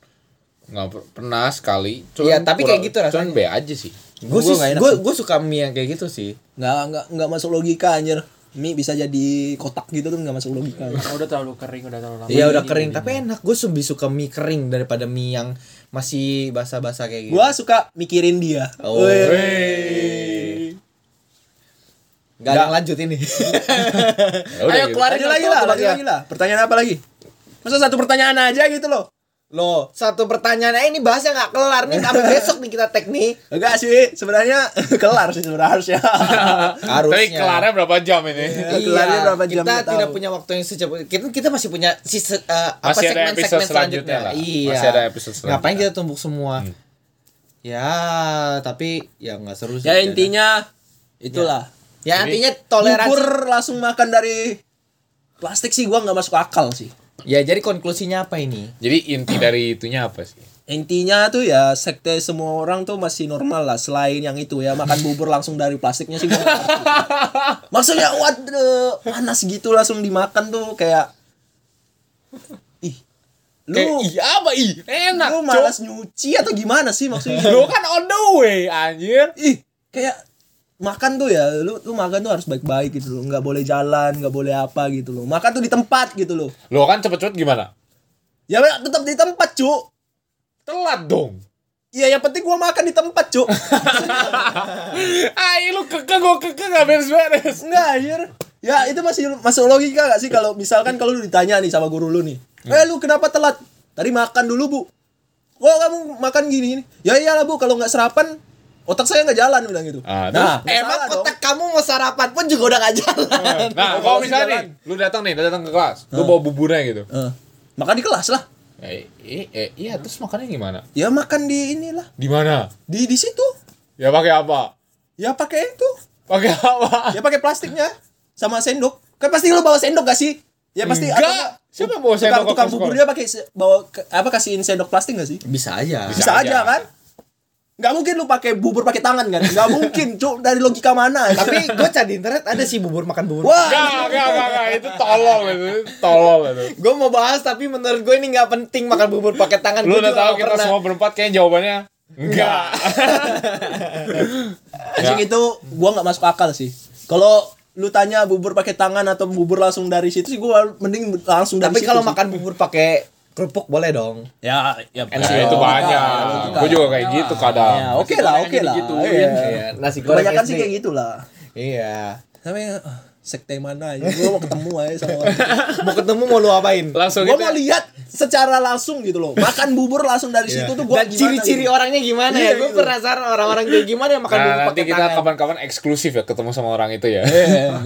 S3: Nggak per- pernah sekali.
S1: Iya, tapi kayak gitu rasanya.
S3: Cuman be aja sih.
S1: gue
S2: Gua
S1: sih
S2: nggak enak
S1: gue gue suka mie yang kayak gitu sih
S2: Enggak, enggak, enggak masuk logika, anjir. Mie bisa jadi kotak gitu tuh enggak masuk logika.
S1: Ya,
S4: udah terlalu kering, udah terlalu lama.
S1: Iya udah kering tapi enak gue lebih suka mie kering daripada mie yang masih basah-basah kayak gitu
S2: Gua suka mikirin dia.
S1: Oh.
S2: Weh.
S1: Gak ada yang lanjut ini
S3: Ya udah
S4: Ayo
S3: gitu.
S4: keluarin
S2: Lanjut lagi lah, lanjut lagi lah. Pertanyaan apa lagi? Masa satu pertanyaan aja gitu loh.
S1: Loh satu pertanyaan eh, ini bahasnya gak kelar nih Sampai besok nih kita tag nih
S2: Enggak sih, sebenarnya kelar sih sebenarnya harusnya.
S1: Harusnya Iya.
S3: Tapi kelarnya berapa jam ini?
S2: Ya, kelarnya berapa jam
S1: kita
S2: nggak
S1: tidak
S2: tahu.
S1: punya waktu yang secepat kita kita masih punya sisa eh, apa
S3: Masih ada
S1: segmen
S3: episode
S1: segmen selanjutnya,
S3: selanjutnya lah.
S1: iya
S3: Masih ada episode selanjutnya. Hmm.
S1: ngapain kita tumbuk semua ya tapi ya nggak seru sih
S2: ya intinya itulah.
S1: ya intinya
S2: Toleransi.
S1: toleransi
S2: Bubur langsung makan dari plastik sih gua nggak masuk akal sih.
S1: Ya jadi konklusinya apa ini?
S3: Jadi inti dari itunya apa sih?
S2: Intinya tuh ya sekte semua orang tuh masih normal lah selain yang itu ya makan bubur langsung dari plastiknya sih. gua nggak ngerti. Maksudnya what the- panas gitu langsung dimakan tuh kayak ih lu
S3: Kayak, iya apa ih? Enak.
S2: lu
S3: Cok.
S2: malas nyuci atau gimana sih maksudnya?
S3: Lu kan on the way anjir.
S2: ih kayak makan tuh ya lu lu makan tuh harus baik-baik gitu loh nggak boleh jalan nggak boleh apa gitu loh makan tuh di tempat gitu loh
S3: Lu kan cepet-cepet gimana?
S2: ya tetap di tempat cu
S3: Telat dong.
S2: Iya yang penting gua makan di tempat cu
S3: Ai lu keke gua keke gak beres-beres.
S2: enggak anjir ya itu masih masuk logika gak sih kalau misalkan kalau lu ditanya nih sama guru lu nih
S3: Hmm.
S2: eh lu kenapa telat tadi makan dulu bu Wah kamu makan gini, gini. ya iyalah bu kalau nggak sarapan otak saya nggak jalan bilang gitu
S3: Ah,
S2: nah
S3: terus?
S2: nggak
S1: Emang
S2: salah dong.
S1: otak kamu mau sarapan pun juga udah gak jalan.
S3: Nah,
S2: Kalau
S3: kalau misalnya nih, lu datang nih, lu datang ke kelas, lu bawa buburnya gitu.
S2: Eh, makan di kelas lah
S3: Ya, i- i- i- iya, terus makannya gimana?
S2: ya makan di inilah
S3: Di mana?
S2: di di situ
S3: Ya pakai apa?
S2: ya pakai itu
S3: Pakai apa?
S2: ya pakai plastiknya sama sendok kan pasti lo bawa sendok gak sih ya pasti
S3: Enggak.
S2: atau nggak,
S3: Siapa yang bawa
S2: tukang-
S3: sendok
S2: tukang
S3: ke sekolah?
S2: buburnya pakai se- bawa ke- apa kasihin sendok plastik gak sih
S1: Bisa aja.
S3: Bisa
S2: bisa,
S3: aja.
S2: aja. kan nggak mungkin lu pakai bubur pakai tangan kan nggak mungkin cuk dari logika mana
S1: Tapi gue cari di internet ada sih bubur makan bubur.
S2: wah
S3: Enggak, enggak, enggak, enggak, itu tolol itu, itu tolol itu.
S1: Gue mau bahas tapi menurut gue ini nggak penting makan bubur pakai tangan.
S3: Lu
S1: Gua
S3: udah
S1: juga
S3: tahu
S1: nggak
S3: kita
S1: pernah.
S3: semua berempat kayaknya jawabannya enggak.
S2: anjing itu gua nggak masuk akal sih kalau lu tanya bubur pakai tangan atau bubur langsung dari situ sih gua mending langsung dari
S1: Tapi
S2: situ
S1: kalau
S2: sih.
S1: makan bubur pakai kerupuk boleh dong.
S2: ya ya
S3: Nah,
S1: Iya,
S3: itu banyak.
S2: logika.
S3: Gue juga kayak gitu kadang.
S2: ya oke lah oke lah Iya.
S1: Iya, nasi goreng.
S2: kebanyakan sih
S1: SD.
S2: kayak gitu. gitulah
S1: Iya.
S2: tapi ah, sekte mana aja gue mau ketemu aja sama orang
S1: Mau ketemu mau lu apain?
S3: Langsung
S2: gue
S3: gitu.
S2: mau lihat secara langsung gitu loh makan bubur langsung dari situ tuh gue
S1: Dan ciri-ciri orangnya gimana ya?
S2: Iya,
S1: Gue
S2: gitu.
S1: penasaran orang-orang kayak gimana yang makan bubur
S3: Nah,
S1: kan
S3: nanti
S1: pakai Eh.
S3: kita
S1: tangan.
S3: kapan-kapan eksklusif ya ketemu sama orang itu ya.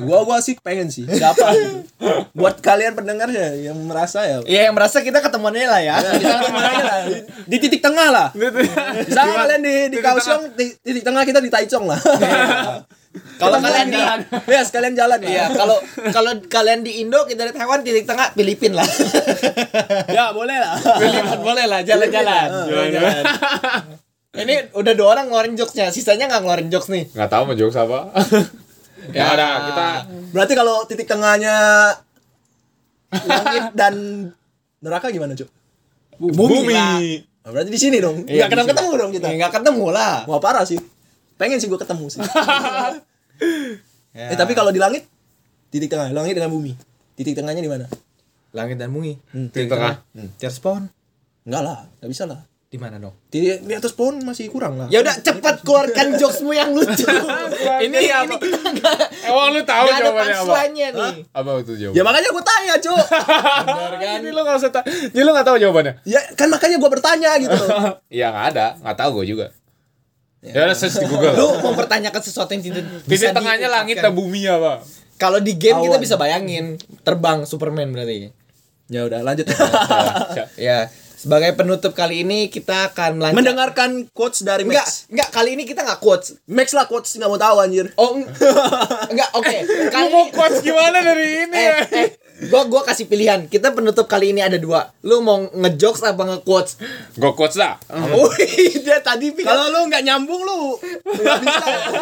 S2: gue gue Iya. sih pengen sih siapa gitu. buat kalian pendengar ya yang merasa ya
S1: Iya yang merasa kita ketemuannya lah ya.
S2: Iya, kita ketemuannya lah, di- di titik tengah lah misalnya kalian di di Kaohsiung di titik tengah kita di Taichung lah Iya.
S1: Kalau kalian di
S2: ya sekalian jalan lah.
S1: Iya, kalau kalau kalian di Indo kita di Taiwan titik tengah Filipin lah.
S2: ya boleh lah
S1: Filipin boleh lah jalan-jalan. Iya, Jalan-jalan. Ini udah dua orang ngeluarin jokesnya, sisanya nggak ngeluarin jokes nih.
S3: Nggak tahu mau jokes apa. ya ada kita
S2: berarti kalau titik tengahnya langit dan neraka gimana cuy
S3: bumi.
S1: lah.
S2: Nah, berarti di sini dong.
S1: Iya,
S2: Enggak ketemu ketemu dong kita.
S1: Ya, nggak ketemu lah.
S2: Wah, parah sih. Pengen sih gua ketemu sih.
S1: Ya.
S2: eh, tapi kalau di langit titik tengah, langit dengan bumi. Titik tengahnya di mana?
S1: langit dan bumi,
S3: Titik tengah.
S1: Hmm. Tiar spawn
S2: Enggak lah, enggak bisa lah.
S1: di mana dong?
S2: Di, di atas pohon masih kurang lah.
S1: Ya udah cepet keluarkan jokesmu yang lucu. ini ini kita nggak
S3: Emang lu tahu
S1: nggak ada
S3: jawabannya apa?
S1: punchline-nya nih.
S3: Apa itu jawabannya?
S2: Ya makanya gua tanya, Cuk.
S3: Jadi lu nggak usah ta- Jadi lu nggak tahu jawabannya.
S2: ya kan makanya gua bertanya gitu loh.
S3: Iya nggak ada, nggak tahu gue juga. Ya udah search di Google.
S1: Lu mempertanyakan sesuatu yang tidak
S3: Titik
S1: bisa
S3: tengahnya langit
S1: diungkapkan.
S3: dan bumi ya, apa?
S1: Kalau di game kita
S2: Awan.
S1: bisa bayangin terbang Superman berarti.
S2: Ya udah, lanjut.
S1: Ya, sebagai penutup kali ini kita akan melanjut.
S2: Mendengarkan quotes dari
S1: Enggak,
S2: Max.
S1: enggak kali ini kita enggak quotes.
S2: Max lah quotes nggak mau tahu anjir.
S1: Oh, eng- enggak, oke.
S3: Eh, Lu
S1: Kali
S3: mau quotes gimana dari ini?
S1: eh, eh, gua gua kasih pilihan. Kita penutup kali ini ada dua. Lu mau ngejokes apa ngequotes?
S3: Gue quotes lah.
S1: Wih, dia tadi bilang
S2: Kalau lu nggak nyambung lu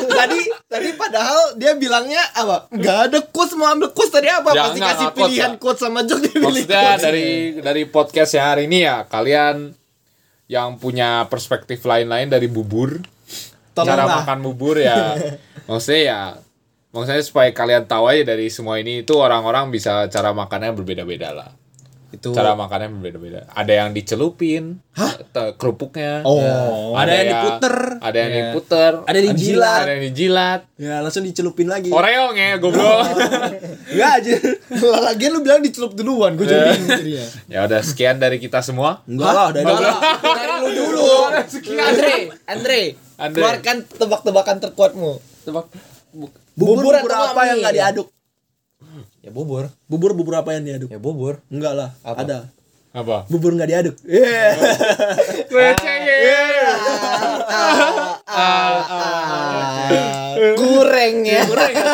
S1: tadi tadi padahal dia bilangnya apa? Enggak ada quotes mau ambil quotes tadi apa?
S3: Ya,
S1: Pasti
S3: enggak,
S1: kasih
S3: enggak quotes,
S1: pilihan
S3: Pak.
S1: quotes sama joke dipilih.
S3: Maksudnya
S1: quotes.
S3: dari dari podcast yang hari ini ya kalian yang punya perspektif lain-lain dari bubur cara
S1: Tolonglah.
S3: makan bubur ya maksudnya ya maksudnya supaya kalian tahu aja dari semua ini itu orang-orang bisa cara makannya berbeda-beda lah
S1: itu
S3: cara makannya berbeda-beda ada yang dicelupin te- kerupuknya ya,
S1: Oh. Iya.
S2: Ada yang diputer.
S3: ada yang diputer
S2: Ada yang dijilat.
S3: ada yang dijilat
S2: Ya langsung dicelupin lagi.
S3: oreong ya goblok
S2: Enggak anjir. Eh,
S1: Lagian lu bilang dicelup duluan, gue jadi bingung jadinya.
S3: ya udah sekian dari kita semua
S2: Enggak lah, dari
S1: Enggak lah, dari lu dulu. Andre, Andre,
S3: Andre.
S1: keluarkan tebak-tebakan terkuatmu.
S4: Tebak. Buk-
S2: bubur,
S1: Bubur
S2: bubur,
S1: atau
S2: apa yang
S1: mie?
S2: nggak diaduk?
S1: Ya bubur,
S2: Bubur bubur apa yang diaduk?
S1: ya bubur.
S2: Enggak lah,
S1: Apa?
S2: ada.
S3: apa Iya,
S2: Bubur nggak diaduk. Iya.
S3: Receh.
S1: Kureng ya. Ah,
S3: goreng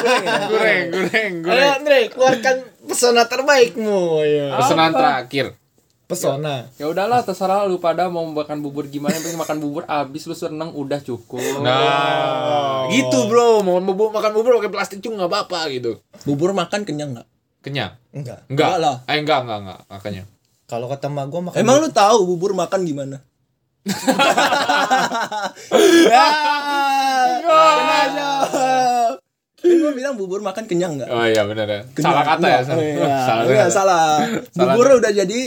S3: goreng goreng
S1: Ayo ya. Andre, keluarkan pesona terbaikmu ya.
S3: Pesanan
S4: Apa?
S3: terakhir.
S1: Pesona.
S4: Ya udahlah terserah lu pada mau makan bubur gimana, yang penting makan bubur abis lu seneng udah cukup.
S3: Nah, gitu bro, mau bubur makan bubur pakai plastik juga nggak apa-apa gitu.
S2: Bubur makan kenyang nggak?
S3: Kenyang?
S1: Enggak.
S3: Enggak.
S2: Enggak lah.
S3: Eh enggak enggak enggak, enggak kenyang.
S1: Kalau kata mak gue makan
S2: Emang lu tahu bubur makan gimana? Ini Kan gua bilang bubur makan kenyang nggak?
S3: Oh iya benar ya.
S2: Kenyang.
S3: Salah kata ya.
S2: Nggak,
S3: Salah.
S2: oh iya.
S3: salah.
S2: Nggak,
S3: salah.
S2: salah. Bubur udah jadi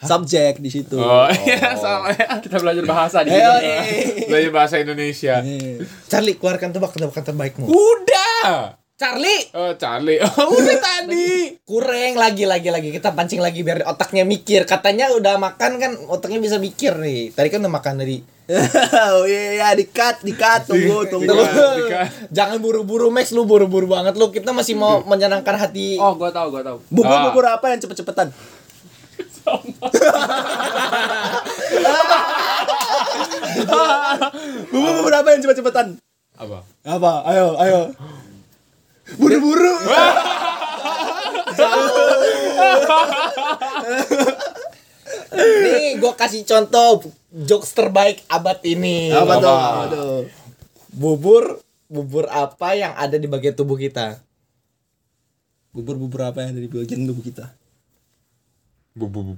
S2: subjek di situ.
S3: Oh iya salah ya.
S4: Kita belajar bahasa di
S1: Iya,
S2: Ayo,
S4: sini.
S2: eh.
S3: Belajar bahasa Indonesia.
S2: Eh.
S1: Charlie keluarkan tebak-tebakan terbaikmu.
S3: Udah.
S1: Uh, Charlie,
S3: Oh Charlie. Oh, udah tadi.
S1: kurang lagi lagi lagi kita pancing lagi biar otaknya mikir. Katanya udah makan kan otaknya bisa mikir nih. Tadi kan udah makan dari
S2: oh iya, iya, di-cut, di-cut, tunggu,
S3: Iya,
S2: tunggu.
S1: Jangan buru-buru Max lu buru-buru banget lu. Kita masih mau
S3: Iya.
S1: menyenangkan hati.
S4: Oh, gua tahu, gua tahu.
S2: Bubur-bubur apa yang cepet-cepetan? Bubur-bubur apa yang cepet-cepetan?
S3: Apa?
S2: Apa? Ayo, ayo. Buru-buru.
S1: Nih gua kasih contoh jokes terbaik abad ini.
S2: Apa tuh? Apa tuh?
S1: Bubur bubur apa yang ada di bagian tubuh kita?
S2: Bubur-bubur apa yang ada di bagian tubuh kita?
S3: Bu bu bu.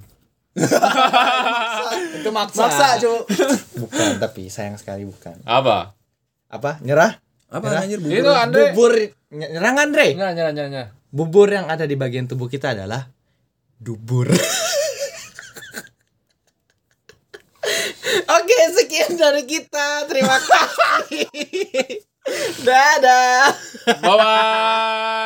S1: Itu maksa.
S2: Maksa, cu.
S1: Bukan, tapi sayang sekali bukan.
S3: Apa?
S1: Apa? Nyerah?
S2: Apa
S1: Nyerah?
S2: anjir
S3: Itu
S2: bubur?
S3: Andre.
S1: Bubur ny- nyerang Andre.
S4: Nyerah, nyerah, nyerah, nyerah.
S1: Bubur yang ada di bagian tubuh kita adalah dubur. Oke, sekian dari kita. Terima kasih. Dadah.
S3: Bye bye.